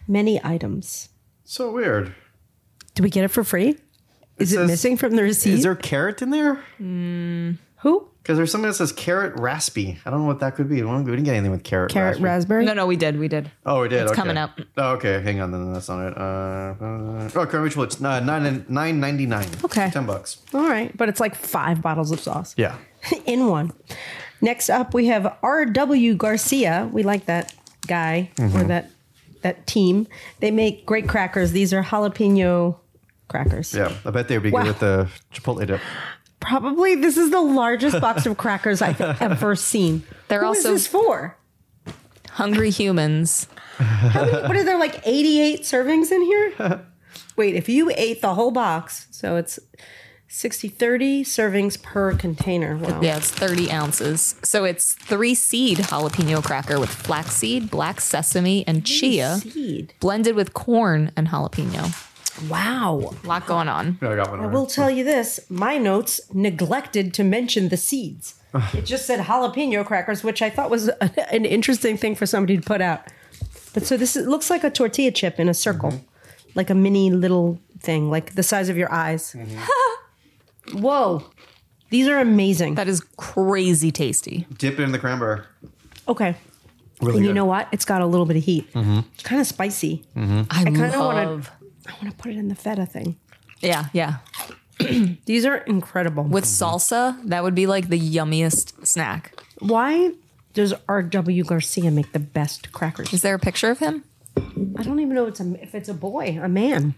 [SPEAKER 2] Many items.
[SPEAKER 3] so weird.
[SPEAKER 2] Do we get it for free? Is it,
[SPEAKER 3] says-
[SPEAKER 2] missing from the receipt?
[SPEAKER 3] Is there carrot in there?
[SPEAKER 2] Who?
[SPEAKER 3] Because there's something that says carrot raspy. I don't know what that could be. We don't- we didn't get anything with carrot.
[SPEAKER 2] Carrot
[SPEAKER 3] raspy.
[SPEAKER 2] raspberry?
[SPEAKER 4] No, no, we did. We did.
[SPEAKER 3] Oh, we did.
[SPEAKER 4] It's
[SPEAKER 3] okay.
[SPEAKER 4] coming up.
[SPEAKER 3] Oh, okay. Hang on. Then that's not it. Uh, uh, oh, current ritual. It's uh, nine nine ninety nine.
[SPEAKER 2] Okay.
[SPEAKER 3] ten bucks.
[SPEAKER 2] All right. But it's like five bottles of sauce.
[SPEAKER 3] Yeah.
[SPEAKER 2] [laughs] in one. Next up, we have R.W. Garcia. We like that guy or that that team. They make great crackers. These are jalapeno crackers.
[SPEAKER 3] Yeah. I bet they would be
[SPEAKER 2] Wow.
[SPEAKER 3] good with the chipotle dip.
[SPEAKER 2] Probably this is the largest box of crackers I've ever seen.
[SPEAKER 4] They're
[SPEAKER 2] Who is
[SPEAKER 4] also-
[SPEAKER 2] this for?
[SPEAKER 4] Hungry humans.
[SPEAKER 2] What are there like 88 servings in here? Wait, if you ate the whole box, so it's 60 30 servings per container. Wow.
[SPEAKER 4] Yeah, it's 30 ounces. So it's three seed jalapeno cracker with flaxseed, black sesame, and chia
[SPEAKER 2] Seed.
[SPEAKER 4] blended with corn and jalapeno.
[SPEAKER 2] Wow.
[SPEAKER 4] A lot going on.
[SPEAKER 3] Yeah, I got one.
[SPEAKER 2] I will tell you this my notes neglected to mention the seeds.
[SPEAKER 3] Ah.
[SPEAKER 2] It just said jalapeno crackers, which I thought was a- an interesting thing for somebody to put out. But so this is, looks like a tortilla chip in a circle,
[SPEAKER 3] Mm-hmm.
[SPEAKER 2] like a mini little thing, like the size of your eyes.
[SPEAKER 3] Mm-hmm.
[SPEAKER 2] [laughs] Whoa. These are amazing.
[SPEAKER 4] That is crazy tasty.
[SPEAKER 3] Dip it in the cranberry.
[SPEAKER 2] Okay.
[SPEAKER 3] Really
[SPEAKER 2] And you
[SPEAKER 3] good. Mm-hmm.
[SPEAKER 2] know what? It's got a little bit of heat. It's kind of spicy.
[SPEAKER 4] I,
[SPEAKER 2] I kind of want
[SPEAKER 4] love.
[SPEAKER 2] to. I want to put it in the feta thing.
[SPEAKER 4] Yeah, yeah.
[SPEAKER 2] These are incredible.
[SPEAKER 4] With salsa, that would be like the yummiest snack.
[SPEAKER 2] Why does R.W. Garcia make the best crackers?
[SPEAKER 4] Is there a picture of him?
[SPEAKER 2] I don't even know it's a, if it's a boy, a man.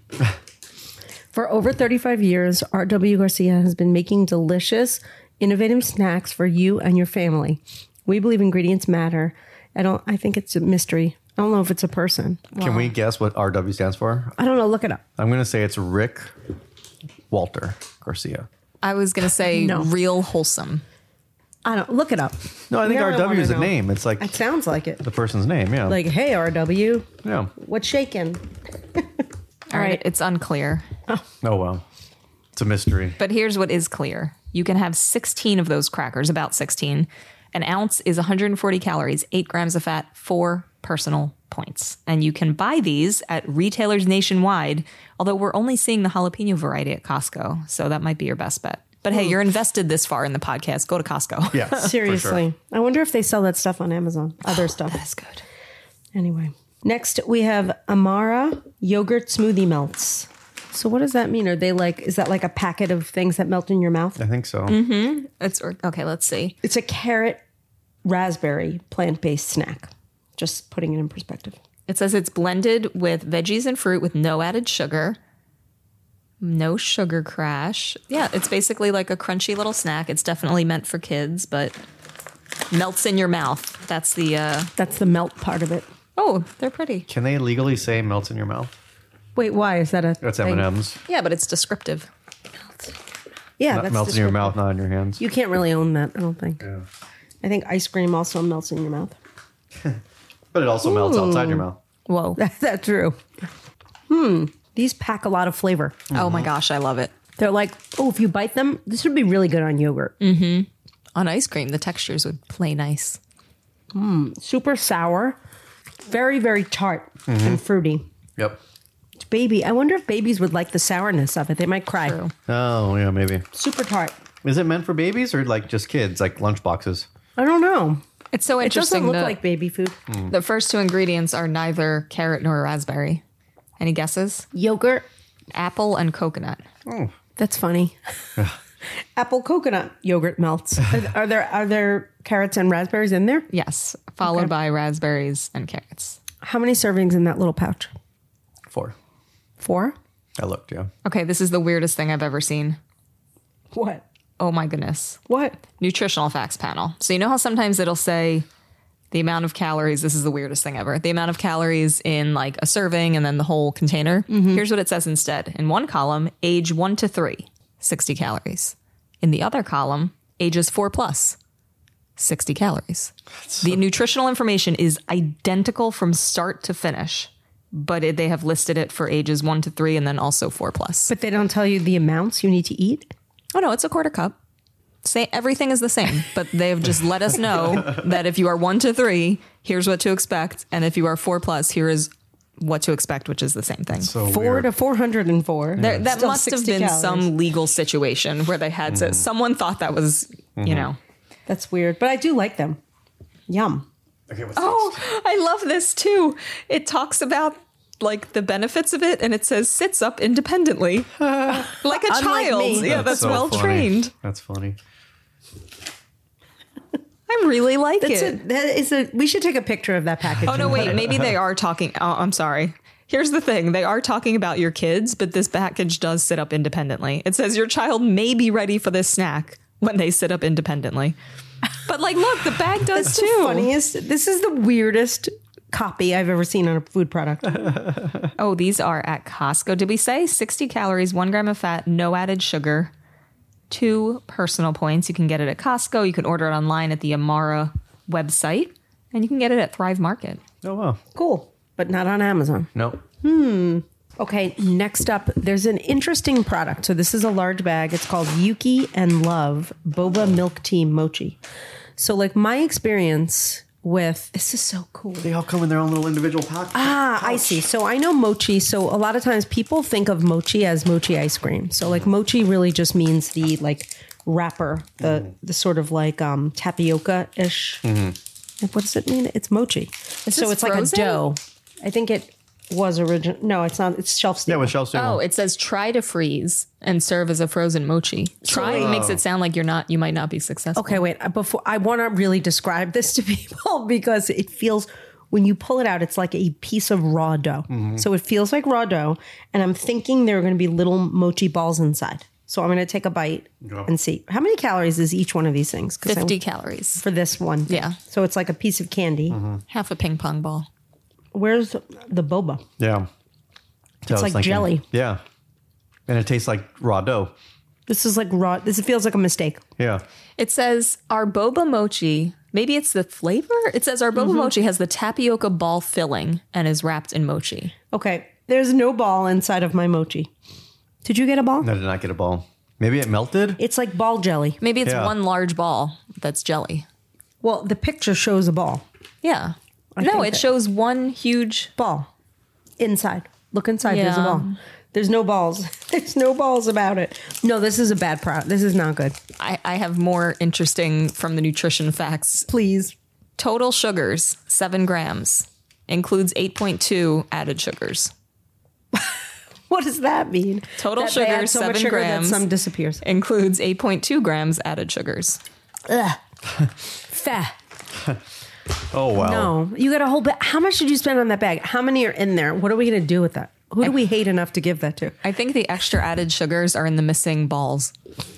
[SPEAKER 2] for over 35 years, R.W. Garcia has been making delicious, innovative snacks for you and your family. We believe ingredients matter. I don't. I think it's a mystery. I don't know if it's a person.
[SPEAKER 3] Can we guess what RW stands for?
[SPEAKER 2] I don't know. Look it up.
[SPEAKER 3] I'm gonna say it's Rick Walter Garcia.
[SPEAKER 4] I was gonna say
[SPEAKER 2] No.
[SPEAKER 4] real wholesome.
[SPEAKER 2] I don't look it up.
[SPEAKER 3] No, I think
[SPEAKER 2] Now
[SPEAKER 3] RW
[SPEAKER 2] wanna
[SPEAKER 3] is a
[SPEAKER 2] know.
[SPEAKER 3] name. It's like
[SPEAKER 2] It sounds like it.
[SPEAKER 3] the person's name. Yeah.
[SPEAKER 2] Like, hey, R.W.,
[SPEAKER 3] yeah.
[SPEAKER 2] what's shaking? [laughs]
[SPEAKER 4] All right.
[SPEAKER 2] right.
[SPEAKER 4] it's unclear.
[SPEAKER 3] Oh wow. It's a mystery.
[SPEAKER 4] But here's what is clear: you can have 16 of those crackers, about 16. An ounce is 140 calories, eight grams of fat, four personal points. And you can buy these at retailers nationwide, although we're only seeing the jalapeno variety at Costco. So that might be your best bet. But hey, you're invested this far in the podcast. Go to Costco.
[SPEAKER 3] Yeah.
[SPEAKER 2] [laughs]
[SPEAKER 3] for sure.
[SPEAKER 2] Seriously. I wonder if they sell that stuff on Amazon, other stuff.
[SPEAKER 4] That's good.
[SPEAKER 2] Anyway, next we have Amara yogurt smoothie melts. So what does that mean? Are they like is that like a packet of things that melt in your mouth?
[SPEAKER 3] I think so.
[SPEAKER 4] [laughs]
[SPEAKER 2] Mm-hmm.
[SPEAKER 4] It's or- okay, let's see.
[SPEAKER 2] It's a carrot raspberry plant-based snack. Just putting it in perspective.
[SPEAKER 4] It says it's blended with veggies and fruit with no added sugar. No sugar crash. Yeah, it's basically like a crunchy little snack. It's definitely meant for kids, but melts in your mouth. That's the uh
[SPEAKER 2] That's the melt part of it.
[SPEAKER 4] Oh, they're pretty.
[SPEAKER 3] Can they legally say melts in your mouth?
[SPEAKER 2] Wait, why is that a
[SPEAKER 3] That's
[SPEAKER 2] thing?
[SPEAKER 3] M&M's.
[SPEAKER 4] Yeah, but it's descriptive.
[SPEAKER 2] Yeah,
[SPEAKER 3] Not
[SPEAKER 2] that's
[SPEAKER 3] melts in your
[SPEAKER 2] descriptive.
[SPEAKER 3] mouth, not in your hands.
[SPEAKER 2] You can't really own that, I don't think. I think ice cream also melts in your mouth.
[SPEAKER 3] but it also melts outside your mouth.
[SPEAKER 4] Whoa.
[SPEAKER 2] [laughs] that's true. Hmm. These pack a lot of flavor.
[SPEAKER 4] Oh my gosh, I love it.
[SPEAKER 2] They're like, oh, if you bite them, this would be really good on yogurt.
[SPEAKER 4] Mm. On ice cream, the textures would play nice.
[SPEAKER 2] Super sour, very, very tart and fruity.
[SPEAKER 3] Yep.
[SPEAKER 2] It's baby. I wonder if babies would like the sourness of it. They might cry.
[SPEAKER 4] True.
[SPEAKER 3] Oh, yeah, maybe.
[SPEAKER 2] Super tart.
[SPEAKER 3] Is it meant for babies or like just kids, like lunch boxes?
[SPEAKER 2] I don't know.
[SPEAKER 4] It's so
[SPEAKER 2] It doesn't
[SPEAKER 4] interesting.
[SPEAKER 2] look
[SPEAKER 4] that
[SPEAKER 2] like baby food.
[SPEAKER 4] the first two ingredients are neither carrot nor raspberry. Any guesses?
[SPEAKER 2] Yogurt.
[SPEAKER 4] Apple and coconut.
[SPEAKER 2] That's funny. [laughs] Apple coconut yogurt melts. are, are there are there carrots and raspberries in there?
[SPEAKER 4] Yes, followed by raspberries and carrots.
[SPEAKER 2] How many servings in that little pouch?
[SPEAKER 3] Four.
[SPEAKER 2] Four.
[SPEAKER 3] I looked, yeah.
[SPEAKER 4] Okay, this is the weirdest thing I've ever seen.
[SPEAKER 2] What?
[SPEAKER 4] Oh my goodness.
[SPEAKER 2] What?
[SPEAKER 4] Nutritional facts panel. So, you know how sometimes it'll say the amount of calories, this is the weirdest thing ever, the amount of calories in like a serving and then the whole container? Here's what it says instead. In one column, age one to three, 60 calories. In the other column, ages four plus, 60 calories. The nutritional information is identical from start to finish, but it, they have listed it for ages one to three and then also four plus.
[SPEAKER 2] But they don't tell you the amounts you need to eat.
[SPEAKER 4] Oh no, it's a quarter cup. Say everything is the same, but they have just let
[SPEAKER 3] [laughs]
[SPEAKER 4] us know that if you are one to three, here's what to expect, and if you are four plus, here is what to expect, which is the same thing.
[SPEAKER 3] So
[SPEAKER 2] Four
[SPEAKER 3] weird.
[SPEAKER 2] to four hundred and four.
[SPEAKER 4] There- that must have been some legal situation where they had
[SPEAKER 3] Mm-hmm.
[SPEAKER 4] to. Someone thought that was, you know.
[SPEAKER 2] That's weird, but I do like them. Yum.
[SPEAKER 3] Okay, what's
[SPEAKER 4] Oh, I love this too. It talks about like the benefits of it, and it says sits
[SPEAKER 3] [laughs]
[SPEAKER 4] up independently, like a
[SPEAKER 2] Unlike
[SPEAKER 4] child.
[SPEAKER 2] me.
[SPEAKER 4] Yeah, that's
[SPEAKER 3] so
[SPEAKER 4] well
[SPEAKER 3] funny.
[SPEAKER 4] trained.
[SPEAKER 3] That's funny.
[SPEAKER 4] I really like
[SPEAKER 2] That's
[SPEAKER 4] it.
[SPEAKER 2] a, that is a. We should take a picture of that package.
[SPEAKER 4] Oh no, wait. Maybe they are talking. Oh, I'm sorry. Here's the thing: they are talking about your kids, but this package does sit up independently. It says your child may be ready for this snack when they sit up independently. But like, look, the bag does
[SPEAKER 2] It's the
[SPEAKER 4] too.
[SPEAKER 2] funniest. This is the weirdest copy I've ever seen on a food
[SPEAKER 4] [laughs]
[SPEAKER 2] product.
[SPEAKER 4] Oh, these are at Costco. Did we say 60 calories, one gram of fat, no added sugar, two personal points? You can get it at Costco. You can order it online at the Amara website, and you can get it at Thrive Market.
[SPEAKER 3] Oh, wow.
[SPEAKER 2] Cool, but not on Amazon.
[SPEAKER 3] Nope.
[SPEAKER 2] Okay, next up, there's an interesting product. So this is a large bag. It's called Yuki and Love Boba Milk Tea Mochi. So like my experience with this is so cool.
[SPEAKER 3] They all come in their own little individual pockets.
[SPEAKER 2] Ah, I see. So I know mochi. So a lot of times people think of mochi as mochi ice cream. So like mochi really just means the like wrapper, the the sort of like um tapioca ish. What does it mean? It's mochi. so
[SPEAKER 4] this
[SPEAKER 2] it's
[SPEAKER 4] frozen?
[SPEAKER 2] like a dough. I think it was original. No, it's not. It's shelf
[SPEAKER 3] yeah,
[SPEAKER 2] stable.
[SPEAKER 3] with shelf stable.
[SPEAKER 4] Oh, it says try to freeze and serve as a frozen mochi. Try makes it sound like you're not you might not be successful.
[SPEAKER 2] Okay, wait. uh, Before I want to really describe this [laughs] to people because it feels when you pull it out, it's like a piece of raw dough. So it feels like raw dough, and I'm thinking there are going to be little mochi balls inside. So I'm going to take a bite
[SPEAKER 3] Yeah.
[SPEAKER 2] and see how many calories is each one of these things. 'Cause I-
[SPEAKER 4] 50 calories.
[SPEAKER 2] for this one. thing.
[SPEAKER 4] Yeah.
[SPEAKER 2] So it's like a piece of candy.
[SPEAKER 4] Half a ping pong ball.
[SPEAKER 2] Where's the boba?
[SPEAKER 3] yeah. So I was
[SPEAKER 2] like jelly.
[SPEAKER 3] Yeah. And it tastes like raw dough.
[SPEAKER 2] This is like raw. This feels like a mistake.
[SPEAKER 3] Yeah.
[SPEAKER 4] It says our boba mochi, maybe it's the flavor? It says our boba
[SPEAKER 2] Mm-hmm.
[SPEAKER 4] mochi has the tapioca ball filling and is wrapped in mochi.
[SPEAKER 2] Okay, there's no ball inside of my mochi. Did you get a ball?
[SPEAKER 3] I did not get a ball. Maybe it melted.
[SPEAKER 2] It's like ball jelly.
[SPEAKER 4] Maybe it's
[SPEAKER 3] Yeah.
[SPEAKER 4] one large ball that's jelly.
[SPEAKER 2] Well, the picture shows a ball.
[SPEAKER 4] Yeah.
[SPEAKER 2] I
[SPEAKER 4] No,
[SPEAKER 2] think
[SPEAKER 4] it
[SPEAKER 2] that-
[SPEAKER 4] shows one huge.
[SPEAKER 2] ball inside. Look inside. There's a
[SPEAKER 4] Yeah.
[SPEAKER 2] ball. There's no balls. [laughs] There's no balls about it. No, this is a bad product. This is not good.
[SPEAKER 4] I, I have more interesting from the nutrition facts.
[SPEAKER 2] Please. [laughs]
[SPEAKER 4] Total sugars, seven grams, includes 8.2 added sugars.
[SPEAKER 2] What does that mean?
[SPEAKER 4] Total
[SPEAKER 2] That they
[SPEAKER 4] sugar,
[SPEAKER 2] add so
[SPEAKER 4] seven
[SPEAKER 2] much sugar
[SPEAKER 4] grams.
[SPEAKER 2] That some
[SPEAKER 4] [laughs]
[SPEAKER 2] disappears.
[SPEAKER 4] Includes 8.2 grams added sugars.
[SPEAKER 2] Ugh. Feh.
[SPEAKER 3] Oh wow.
[SPEAKER 2] No, you got a whole bag. How much did you spend on that bag? How many are in there? What are we going to do with that? Who do we hate enough to give that to?
[SPEAKER 4] I think the extra added sugars are in the missing balls.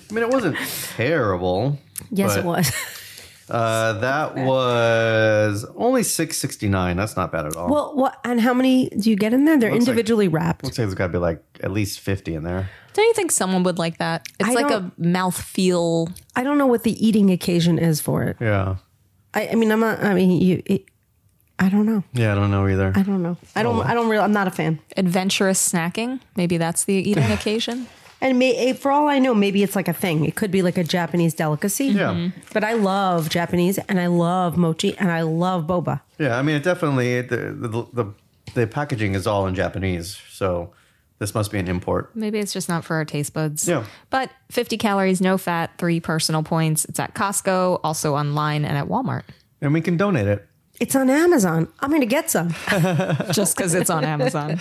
[SPEAKER 3] I mean, it wasn't terrible.
[SPEAKER 2] Yes,
[SPEAKER 3] but,
[SPEAKER 2] it was.
[SPEAKER 3] Uh, that was only six sixty nine. That's not bad at
[SPEAKER 2] [laughs]
[SPEAKER 3] all.
[SPEAKER 2] well, what and how many do you get in there? They're
[SPEAKER 3] like-
[SPEAKER 2] individually wrapped.
[SPEAKER 3] Looks like there's got to be like at least fifty in there.
[SPEAKER 4] Don't you think someone would like that? It's
[SPEAKER 2] I
[SPEAKER 4] like a
[SPEAKER 2] don't-
[SPEAKER 4] mouth feel.
[SPEAKER 2] I don't know what the eating occasion is for it.
[SPEAKER 3] Yeah.
[SPEAKER 2] I, I mean, I'm not. I mean, you. It, I don't know.
[SPEAKER 3] Yeah, I don't know either.
[SPEAKER 2] I don't know. I don't. I don't really. I'm not a fan.
[SPEAKER 4] adventurous snacking. Maybe that's the eating occasion.
[SPEAKER 2] And may, eh, for all I know, maybe it's like a thing. It could be like a Japanese delicacy.
[SPEAKER 3] Yeah. Mhm.
[SPEAKER 2] But I love Japanese, and I love mochi, and I love boba.
[SPEAKER 3] Yeah, I mean, it definitely the the, the the packaging is all in Japanese, so this must be an import.
[SPEAKER 4] Maybe it's just not for our taste buds.
[SPEAKER 3] Yeah.
[SPEAKER 4] But 50 calories, no fat, three personal points. It's at Costco, also online and at Walmart,
[SPEAKER 3] And we can donate it.
[SPEAKER 2] It's on Amazon. I'm going to get some.
[SPEAKER 4] just because it's
[SPEAKER 2] [laughs]
[SPEAKER 4] on Amazon.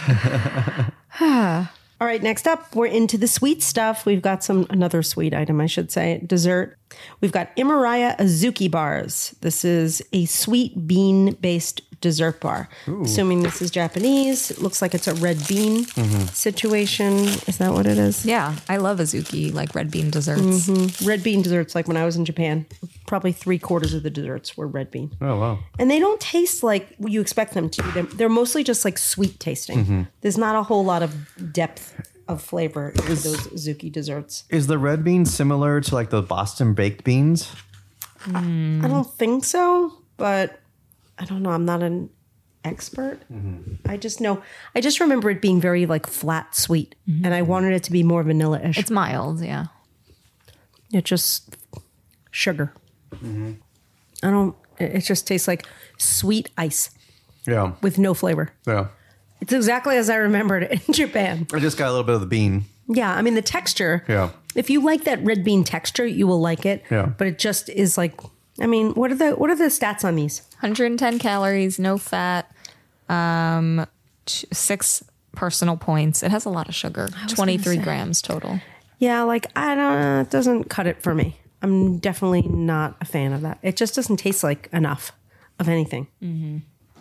[SPEAKER 2] All right, next up, we're into the sweet stuff. We've got some another sweet item, I should say, dessert. We've got Imaraya Azuki bars. This is a sweet bean based dessert bar. Assuming this is Japanese, it looks like it's a red bean situation. Is that what it is?
[SPEAKER 4] yeah. I love Azuki, like red bean desserts.
[SPEAKER 2] Red bean desserts, like when I was in Japan, probably three quarters of the desserts were red bean.
[SPEAKER 3] Oh wow!
[SPEAKER 2] And they don't taste like you expect them to. They're, they're mostly just like sweet tasting. There's not a whole lot of depth of flavor in those Azuki desserts.
[SPEAKER 3] Is the red bean similar to like the Boston baked beans?
[SPEAKER 2] I don't think so, but I don't know. I'm not an expert. I just know. I just remember it being very like flat sweet, and I wanted it to be more vanilla-ish. It's,
[SPEAKER 4] It's mild. Yeah.
[SPEAKER 2] just sugar. I don't. It it just tastes like sweet ice
[SPEAKER 3] Yeah,
[SPEAKER 2] with no flavor.
[SPEAKER 3] yeah.
[SPEAKER 2] It's exactly as I remembered it in Japan.
[SPEAKER 3] I just got a little bit of the bean.
[SPEAKER 2] Yeah, I mean the texture.
[SPEAKER 3] Yeah.
[SPEAKER 2] If you like that red bean texture, you will like it.
[SPEAKER 3] Yeah.
[SPEAKER 2] But it just is like. I mean, what are the what are the stats on these?
[SPEAKER 4] 110 calories, no fat, um, t- six personal points. It has a lot of sugar, 23 grams total.
[SPEAKER 2] Yeah, like I don't know, it doesn't cut it for me. I'm definitely not a fan of that. It just doesn't taste like enough of anything.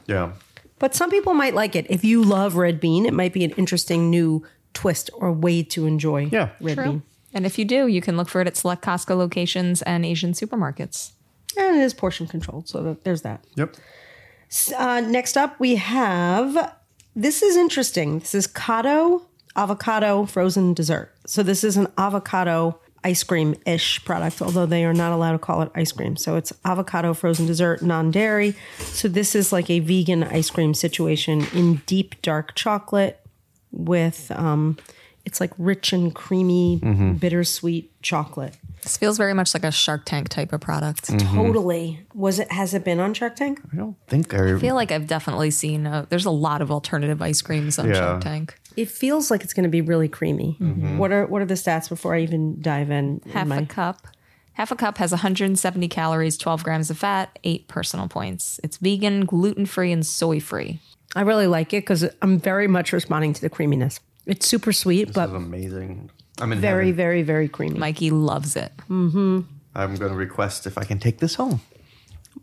[SPEAKER 3] Yeah,
[SPEAKER 2] But some people might like it. If you love red bean, it might be an interesting new twist or way to enjoy
[SPEAKER 3] Yeah.
[SPEAKER 2] red bean.
[SPEAKER 4] And if you do, you can look for it at select Costco locations and Asian supermarkets.
[SPEAKER 2] And it is portion controlled, so that, there's that.
[SPEAKER 3] yep.
[SPEAKER 2] Uh, next up, we have this is interesting. This is Cado avocado frozen dessert. So this is an avocado ice cream ish product, although they are not allowed to call it ice cream. So it's avocado frozen dessert, non dairy. So this is like a vegan ice cream situation in deep dark chocolate with um, it's like rich and creamy, bittersweet chocolate.
[SPEAKER 4] This feels very much like a Shark Tank type of product.
[SPEAKER 2] Mm-hmm. Totally. Was it? Has it been on Shark Tank?
[SPEAKER 3] I don't think I.
[SPEAKER 4] I feel like I've definitely seen. A, there's a lot of alternative ice creams on
[SPEAKER 3] Yeah.
[SPEAKER 4] Shark Tank.
[SPEAKER 2] It feels like it's going to be really creamy.
[SPEAKER 3] Mm-hmm.
[SPEAKER 2] What are what are the stats before I even dive in? in
[SPEAKER 4] Half a
[SPEAKER 2] my-
[SPEAKER 4] cup. Half a cup has 170 calories, 12 grams of fat, eight personal points. It's vegan, gluten free, and soy free.
[SPEAKER 2] I really like it because I'm very much responding to the creaminess. It's super sweet,
[SPEAKER 3] this is
[SPEAKER 2] but
[SPEAKER 3] amazing. I'm in
[SPEAKER 2] very,
[SPEAKER 3] heaven.
[SPEAKER 2] very, very creamy.
[SPEAKER 4] Mikey loves it.
[SPEAKER 3] I'm going to request if I can take this home.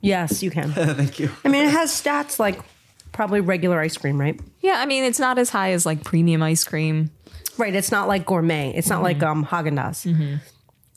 [SPEAKER 2] yes, you can.
[SPEAKER 3] [laughs] Thank you.
[SPEAKER 2] I mean, it has stats like probably regular ice cream, right?
[SPEAKER 4] Yeah, I mean, it's not as high as like premium ice cream.
[SPEAKER 2] Right. It's not like gourmet. It's not like
[SPEAKER 4] Mm-hmm.
[SPEAKER 2] um Haagen Dazs,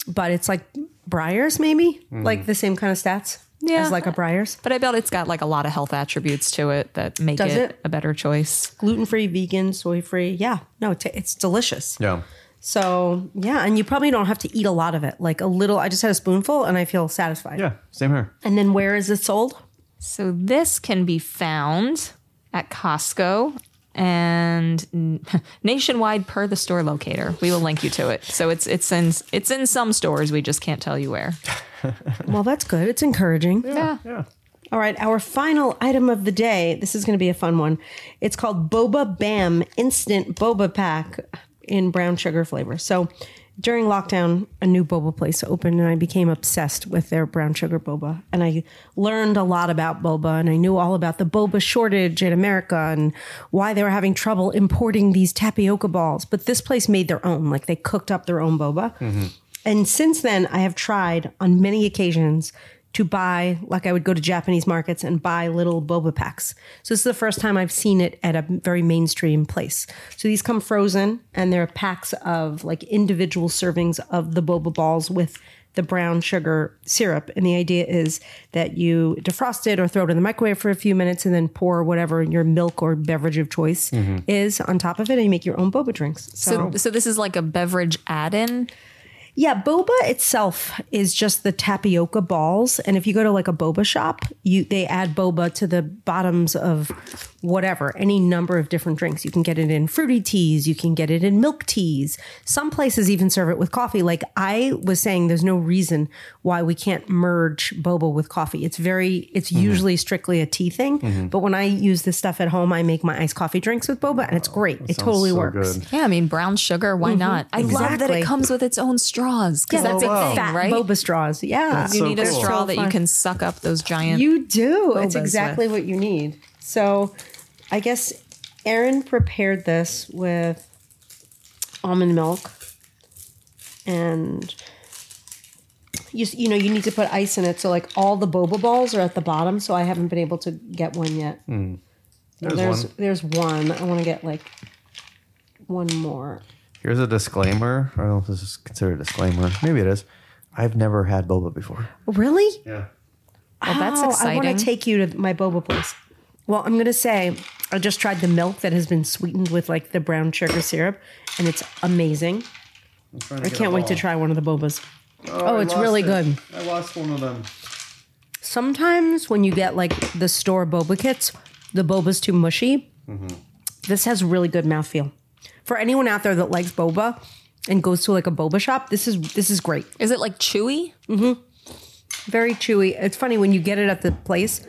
[SPEAKER 2] but it's like Briars, maybe
[SPEAKER 3] Mm.
[SPEAKER 2] like the same kind of stats
[SPEAKER 4] Yeah.
[SPEAKER 2] as like a Briars.
[SPEAKER 4] But I bet it's got like a lot of health attributes to it that make
[SPEAKER 2] Does
[SPEAKER 4] it,
[SPEAKER 2] it?
[SPEAKER 4] a better choice.
[SPEAKER 2] Gluten free, vegan, soy free. Yeah, no, it ta it's delicious.
[SPEAKER 3] Yeah.
[SPEAKER 2] So yeah, and you probably don't have to eat a lot of it. Like a little, I just had a spoonful and I feel satisfied.
[SPEAKER 3] Yeah. Same here.
[SPEAKER 2] And then where is it sold?
[SPEAKER 4] So this can be found at Costco and n- [laughs] nationwide per the store locator. We will link you to it. So it's it's in it's in some stores. We just can't tell you where.
[SPEAKER 2] [laughs] Well, that's good. It's encouraging.
[SPEAKER 4] Yeah.
[SPEAKER 3] Yeah.
[SPEAKER 2] All right, our final item of the day. This is going to be a fun one. It's called Boba Bam Instant Boba Pack in brown sugar flavor. So during lockdown, a new boba place opened, and I became obsessed with their brown sugar boba. And I learned a lot about boba, and I knew all about the boba shortage in America and why they were having trouble importing these tapioca balls. But this place made their own, like they cooked up their own boba. And since then, I have tried on many occasions to buy, like I would go to Japanese markets and buy little boba packs. So this is the first time I've seen it at a very mainstream place. So these come frozen and they're packs of like individual servings of the boba balls with the brown sugar syrup. And the idea is that you defrost it or throw it in the microwave for a few minutes and then pour whatever your milk or beverage of choice is on top of it and you make your own boba drinks.
[SPEAKER 4] So, so this is like a beverage add-in.
[SPEAKER 2] Yeah, boba itself is just the tapioca balls, and if you go to like a boba shop, you they add boba to the bottoms of whatever any number of different drinks. You can get it in fruity teas, you can get it in milk teas. Some places even serve it with coffee. Like I was saying, there's no reason why we can't merge boba with coffee. It's very, it's
[SPEAKER 3] Mm-hmm.
[SPEAKER 2] usually strictly a tea thing, but when I use this stuff at home, I make my iced coffee drinks with boba, and it's great. It totally
[SPEAKER 3] so
[SPEAKER 2] works.
[SPEAKER 3] good.
[SPEAKER 4] Yeah, I mean brown sugar. Why not? Mm-hmm. I love that
[SPEAKER 2] Exactly.
[SPEAKER 4] it comes with its own straws because that's a thing,
[SPEAKER 2] Oh, fat
[SPEAKER 4] right?
[SPEAKER 2] boba straws. Yeah,
[SPEAKER 4] you
[SPEAKER 3] So
[SPEAKER 4] need a
[SPEAKER 3] cool.
[SPEAKER 4] straw
[SPEAKER 2] So
[SPEAKER 4] that you
[SPEAKER 2] fun.
[SPEAKER 4] can suck up those giant.
[SPEAKER 2] You do.
[SPEAKER 4] bobas
[SPEAKER 2] It's exactly what you need. So I guess Erin prepared this with almond milk and you, s- you know you need to put ice in it so like all the boba balls are at the bottom so i haven't been able to get one yet
[SPEAKER 3] There's
[SPEAKER 2] there's,
[SPEAKER 3] one.
[SPEAKER 2] there's one i want to get like one more
[SPEAKER 3] Here's a disclaimer. I don't know if this is considered a disclaimer. Maybe it is. I've never had boba before.
[SPEAKER 2] really
[SPEAKER 3] Yeah.
[SPEAKER 4] Well, that's
[SPEAKER 2] Oh,
[SPEAKER 4] exciting.
[SPEAKER 2] I want to take you to my boba place. Well, I'm going to say I just tried the milk that has been sweetened with like the brown sugar syrup, and it's amazing. I can't wait to try one of the bobas. Oh, it's really good.
[SPEAKER 3] I lost one of them.
[SPEAKER 2] Sometimes when you get like the store boba kits, the boba's too mushy. This has really good mouthfeel. For anyone out there that likes boba and goes to like a boba shop, this is this is great.
[SPEAKER 4] Is it like chewy?
[SPEAKER 2] very chewy. It's funny when you get it at the place.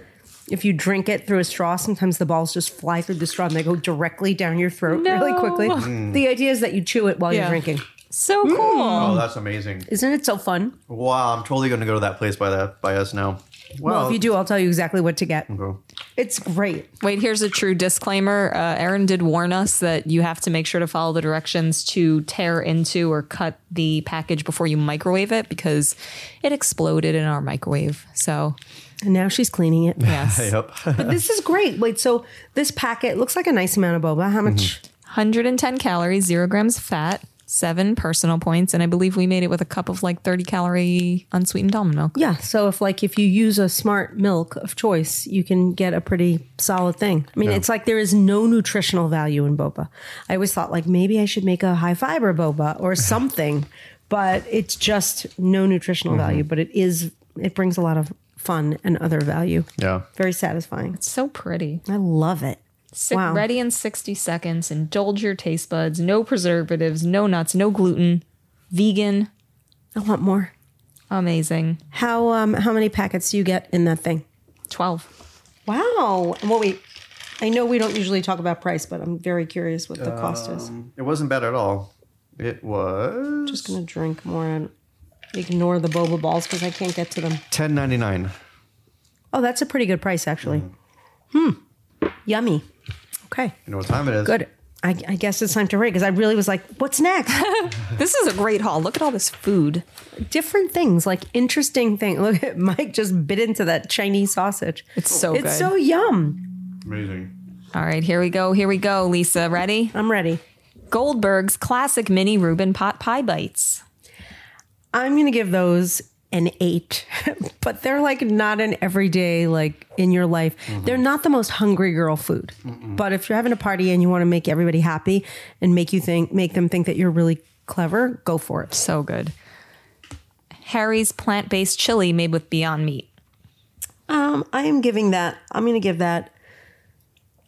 [SPEAKER 2] If you drink it through a straw, sometimes the balls just fly through the straw and they go directly down your throat really
[SPEAKER 4] No. Hmm.
[SPEAKER 2] quickly. The idea is that you chew it while you're
[SPEAKER 4] Yeah.
[SPEAKER 2] drinking.
[SPEAKER 4] So cool.
[SPEAKER 3] Oh, that's amazing.
[SPEAKER 2] Isn't it so fun?
[SPEAKER 3] Wow, I'm totally going to go to that place by that by us now.
[SPEAKER 2] Well,
[SPEAKER 3] Wow.
[SPEAKER 2] if you do, I'll tell you exactly what to get.
[SPEAKER 3] Go.
[SPEAKER 2] It's great.
[SPEAKER 4] Wait, here's a true disclaimer. Uh, Aaron did warn us that you have to make sure to follow the directions to tear into or cut the package before you microwave it because it exploded in our microwave. So,
[SPEAKER 2] And now she's cleaning it.
[SPEAKER 4] yes.
[SPEAKER 3] Yep. [laughs]
[SPEAKER 2] But this is great. Wait, so this packet looks like a nice amount of boba. How much?
[SPEAKER 4] 110 calories, zero grams of fat, seven personal points. And I believe we made it with a cup of like 30 calorie unsweetened almond milk.
[SPEAKER 2] Yeah. So if like if you use a smart milk of choice, you can get a pretty solid thing. I mean, it's like there is no nutritional value in boba. I always thought like maybe I should make a high fiber boba or something, but it's just no nutritional value. But it is it brings a lot of fun and other value.
[SPEAKER 3] Yeah.
[SPEAKER 2] Very satisfying.
[SPEAKER 4] So pretty.
[SPEAKER 2] I love it.
[SPEAKER 4] Sick,
[SPEAKER 2] Wow.
[SPEAKER 4] Ready in 60 seconds. Indulge your taste buds. No preservatives, no nuts, no gluten. Vegan.
[SPEAKER 2] I want more.
[SPEAKER 4] Amazing.
[SPEAKER 2] How um how many packets do you get in that thing?
[SPEAKER 4] 12.
[SPEAKER 2] Wow. Well, wait. I know we don't usually talk about price, but I'm very curious what the cost is.
[SPEAKER 3] It wasn't bad at all. It was
[SPEAKER 2] just gonna drink more and ignore the boba balls because I can't get to them.
[SPEAKER 3] 10.99.
[SPEAKER 2] Oh, that's a pretty good price actually. Hmm. Yummy. Okay.
[SPEAKER 3] You know what time it is?
[SPEAKER 2] Good. I, I guess it's time to rate because I really was like, what's [laughs] next?
[SPEAKER 4] This is a great haul. Look at all this food.
[SPEAKER 2] Different things, like interesting thing. [laughs] Look at Mike just bit into that Chinese sausage.
[SPEAKER 4] It's so
[SPEAKER 2] it's
[SPEAKER 4] good.
[SPEAKER 2] so yum.
[SPEAKER 3] Amazing.
[SPEAKER 4] all right, here we go. Here we go, Lisa. Ready?
[SPEAKER 2] I'm ready.
[SPEAKER 4] Goldberg's classic mini Reuben pot pie bites.
[SPEAKER 2] I'm gonna give those an eight, [laughs] but they're like not an everyday like in your life. They're not the most hungry girl food, but if you're having a party and you want to make everybody happy and make you think make them think that you're really clever, go for it.
[SPEAKER 4] So good. Harry's plant based chili made with Beyond Meat.
[SPEAKER 2] Um, I am giving that. I'm gonna give that.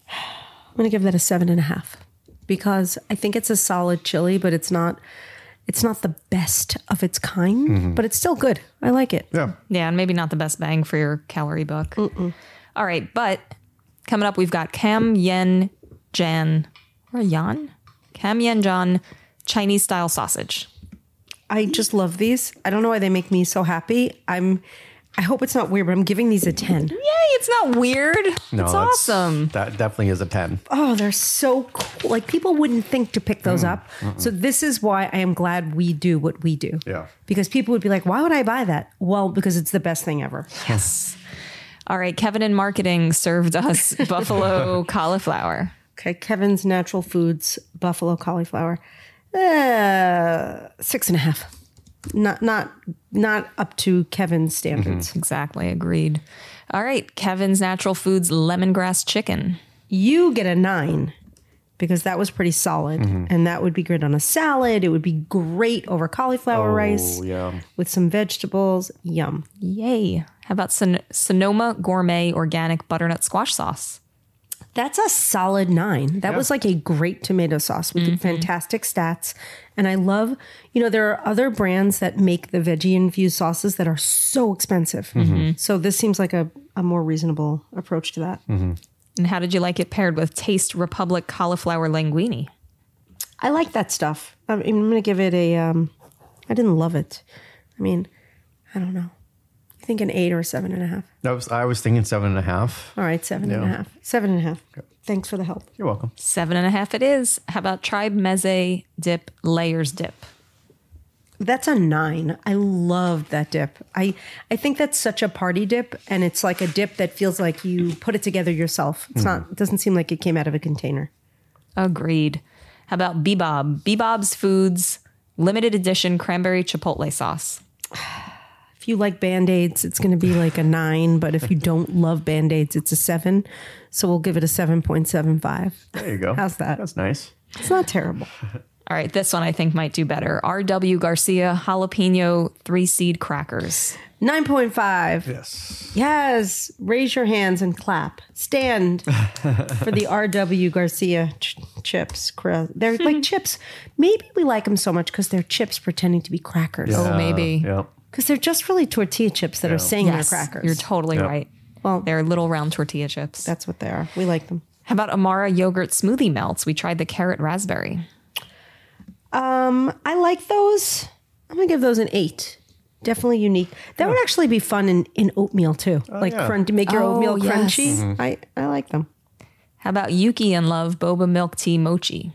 [SPEAKER 2] [sighs] I'm gonna give that a seven and a half because I think it's a solid chili, but it's not. It's not the best of its kind, but it's still good. I like it.
[SPEAKER 3] Yeah.
[SPEAKER 4] Yeah, and maybe not the best bang for your calorie buck. All right, but coming up, we've got Cam Yen Jan or Yan Cam Yen Jan Chinese style sausage.
[SPEAKER 2] I just love these. I don't know why they make me so happy. I'm I hope it's not weird, but I'm giving these a 10.
[SPEAKER 4] Yay! It's not weird. it's
[SPEAKER 3] that's-
[SPEAKER 4] awesome.
[SPEAKER 3] That definitely is a 10.
[SPEAKER 2] Oh, they're so cool. Like people wouldn't think to pick those up. So this is why I am glad we do what we do.
[SPEAKER 3] Yeah.
[SPEAKER 2] Because people would be like, "Why would I buy that?" Well, because it's the best thing ever.
[SPEAKER 4] All right, Kevin in marketing served us [laughs] buffalo cauliflower.
[SPEAKER 2] Okay, Kevin's Natural Foods buffalo cauliflower, uh, six and a half. Not not not up to Kevin's standards.
[SPEAKER 4] Exactly, agreed. All right, Kevin's Natural Foods lemongrass chicken.
[SPEAKER 2] You get a nine because that was pretty solid, and that would be good on a salad. It would be great over cauliflower rice
[SPEAKER 3] yeah.
[SPEAKER 2] with some vegetables. Yum.
[SPEAKER 4] Yay. How about Son- Sonoma Gourmet Organic Butternut Squash Sauce?
[SPEAKER 2] That's a solid nine. That was like a great tomato sauce with fantastic stats. And I love, you know, there are other brands that make the veggie infused sauces that are so expensive. So this seems like a, a more reasonable approach to that.
[SPEAKER 4] And how did you like it paired with Taste Republic Cauliflower Linguine?
[SPEAKER 2] I like that stuff. I mean, I'm going to give it a, um, I didn't love it. I mean, I don't know. I think an eight or a seven and a half.
[SPEAKER 3] That was, I was thinking seven and a half.
[SPEAKER 2] All right, seven and a
[SPEAKER 3] Yeah.
[SPEAKER 2] half. Seven and a half. Thanks for the help.
[SPEAKER 3] You're welcome.
[SPEAKER 4] Seven and a half it is. How about Tribe Meze Dip Layers Dip?
[SPEAKER 2] That's a nine. I loved that dip. I I think that's such a party dip, and it's like a dip that feels like you put it together yourself. It's not. It doesn't seem like it came out of a container.
[SPEAKER 4] Agreed. How about Bebob? Bebob's Foods Limited Edition Cranberry Chipotle Sauce.
[SPEAKER 2] If you like band aids, it's going to be like a nine. But if you don't love band aids, it's a seven. So we'll give it a seven point seven five.
[SPEAKER 3] There you go.
[SPEAKER 2] How's that?
[SPEAKER 3] That's nice.
[SPEAKER 2] It's not terrible.
[SPEAKER 4] All right, this one I think might do better. R.W. Garcia Jalapeno Three Seed Crackers.
[SPEAKER 2] Nine point five.
[SPEAKER 3] Yes.
[SPEAKER 2] Yes. Raise your hands and clap.
[SPEAKER 3] [laughs]
[SPEAKER 2] Stand for the R.W. Garcia ch- chips. Cra- They're
[SPEAKER 3] [laughs]
[SPEAKER 2] like chips. Maybe we like them so much because they're chips pretending to be crackers.
[SPEAKER 4] Oh, maybe.
[SPEAKER 3] Yeah.
[SPEAKER 2] Because they're just really tortilla chips that are saying
[SPEAKER 4] Yes,
[SPEAKER 2] they're crackers.
[SPEAKER 4] You're totally
[SPEAKER 3] Yeah.
[SPEAKER 4] right.
[SPEAKER 2] Well-
[SPEAKER 4] they're little round tortilla chips.
[SPEAKER 2] That's what they are. We like them.
[SPEAKER 4] How about Amara yogurt smoothie melts? We tried the carrot raspberry.
[SPEAKER 2] I like those. I'm gonna give those an eight. Definitely unique. That would actually be fun in, in oatmeal too. like
[SPEAKER 3] yeah. Mm-hmm.
[SPEAKER 2] crun- to make your
[SPEAKER 4] Oh,
[SPEAKER 2] oatmeal
[SPEAKER 4] yes.
[SPEAKER 2] crunchy. I, I like them.
[SPEAKER 4] How about Yuki and Love boba milk tea mochi?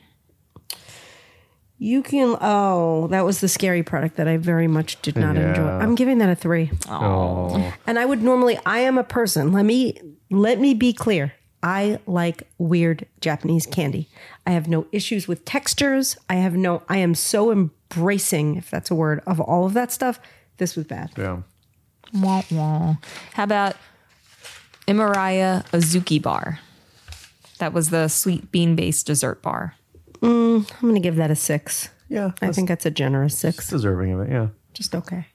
[SPEAKER 2] You can oh, that was the scary product that I very much did not enjoy.
[SPEAKER 3] Yeah.
[SPEAKER 2] I'm giving that a three.
[SPEAKER 3] Oh.
[SPEAKER 2] And I would normally I am a person. Let me let me be clear. I like weird Japanese candy. I have no issues with textures. I have no I am so embracing, if that's a word, of all of that stuff. This was bad.
[SPEAKER 3] Yeah.
[SPEAKER 4] Wah, wah. How about Imaraya Azuki bar? That was the sweet bean based dessert bar.
[SPEAKER 2] I'm gonna give that a six.
[SPEAKER 3] Yeah.
[SPEAKER 2] I
[SPEAKER 3] that's
[SPEAKER 2] think that's a generous six.
[SPEAKER 3] deserving of it. Yeah.
[SPEAKER 2] Just okay.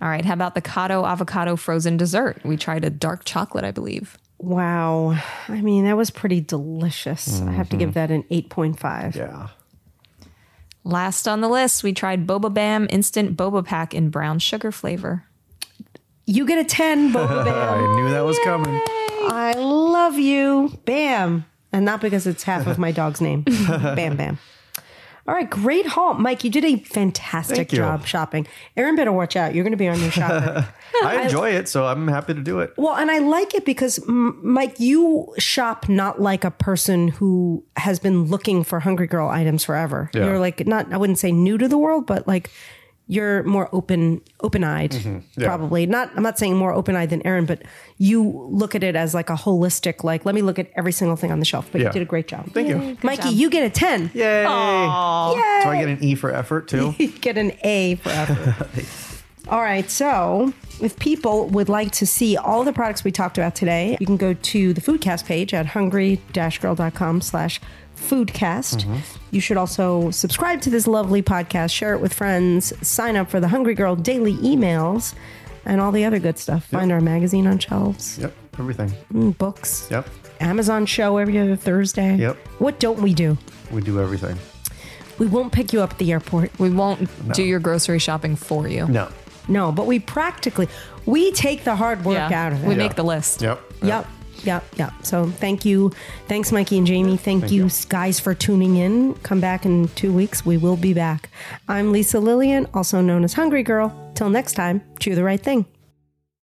[SPEAKER 4] All right. How about the Kato avocado frozen dessert? We tried a dark chocolate, I believe.
[SPEAKER 2] Wow. I mean, that was pretty delicious. I have to give that an eight point five.
[SPEAKER 3] Mm-hmm. Yeah.
[SPEAKER 4] Last on the list, we tried Boba Bam instant boba pack in brown sugar flavor.
[SPEAKER 2] You get a ten, Boba
[SPEAKER 3] [laughs]
[SPEAKER 2] Bam.
[SPEAKER 3] I knew that was coming.
[SPEAKER 2] I love you. Bam. And not because it's half of my dog's
[SPEAKER 3] [laughs]
[SPEAKER 2] name. bam, bam. All right, great haul. Mike, you did a fantastic
[SPEAKER 3] Thank you.
[SPEAKER 2] job shopping. Aaron, better watch out. You're going to be on your
[SPEAKER 3] [laughs]
[SPEAKER 2] shopper.
[SPEAKER 3] I enjoy it, so I'm happy to do it.
[SPEAKER 2] well, and I like it because, M- Mike, you shop not like a person who has been looking for Hungry Girl items forever.
[SPEAKER 3] Yeah.
[SPEAKER 2] You're like, not, I wouldn't say new to the world, but like, you're more open, open-eyed,
[SPEAKER 3] Mm-hmm.
[SPEAKER 2] probably. Not, I'm not saying more open-eyed than Aaron, but you look at it as like a holistic, like let me look at every single thing on the shelf. But you
[SPEAKER 3] Yeah.
[SPEAKER 2] did a great job.
[SPEAKER 3] Thank you.
[SPEAKER 2] Mikey, you get a 10. Yay.
[SPEAKER 3] Yay. Do I get an E for
[SPEAKER 2] [laughs]
[SPEAKER 3] effort too?
[SPEAKER 2] You get an A for
[SPEAKER 3] [laughs]
[SPEAKER 2] effort. all right. So, if people would like to see all the products we talked about today, you can go to the Foodcast page at hungry-girl.com slash foodcast.
[SPEAKER 3] Mm-hmm.
[SPEAKER 2] You should also subscribe to this lovely podcast, share it with friends, sign up for the Hungry Girl daily emails, and all the other good stuff. Find our magazine on shelves, mm,
[SPEAKER 3] Yep. Everything.
[SPEAKER 2] books,
[SPEAKER 3] Yep.
[SPEAKER 2] Amazon show every other Thursday.
[SPEAKER 3] Yep.
[SPEAKER 2] What don't we do?
[SPEAKER 3] We do everything.
[SPEAKER 2] We won't pick you up at the airport.
[SPEAKER 4] We won't do your grocery shopping for you.
[SPEAKER 3] No.
[SPEAKER 2] No, but we practically we take the hard work
[SPEAKER 4] Yeah.
[SPEAKER 2] out of it.
[SPEAKER 4] We make the list.
[SPEAKER 3] Yep.
[SPEAKER 2] Yep. Yep. Yep. So thank you. Thanks, Mikey and Jamie. Thank, you, guys, for tuning in. Come back in two weeks. We will be back. I'm Lisa Lillian, also known as Hungry Girl. Till next time, chew the right thing.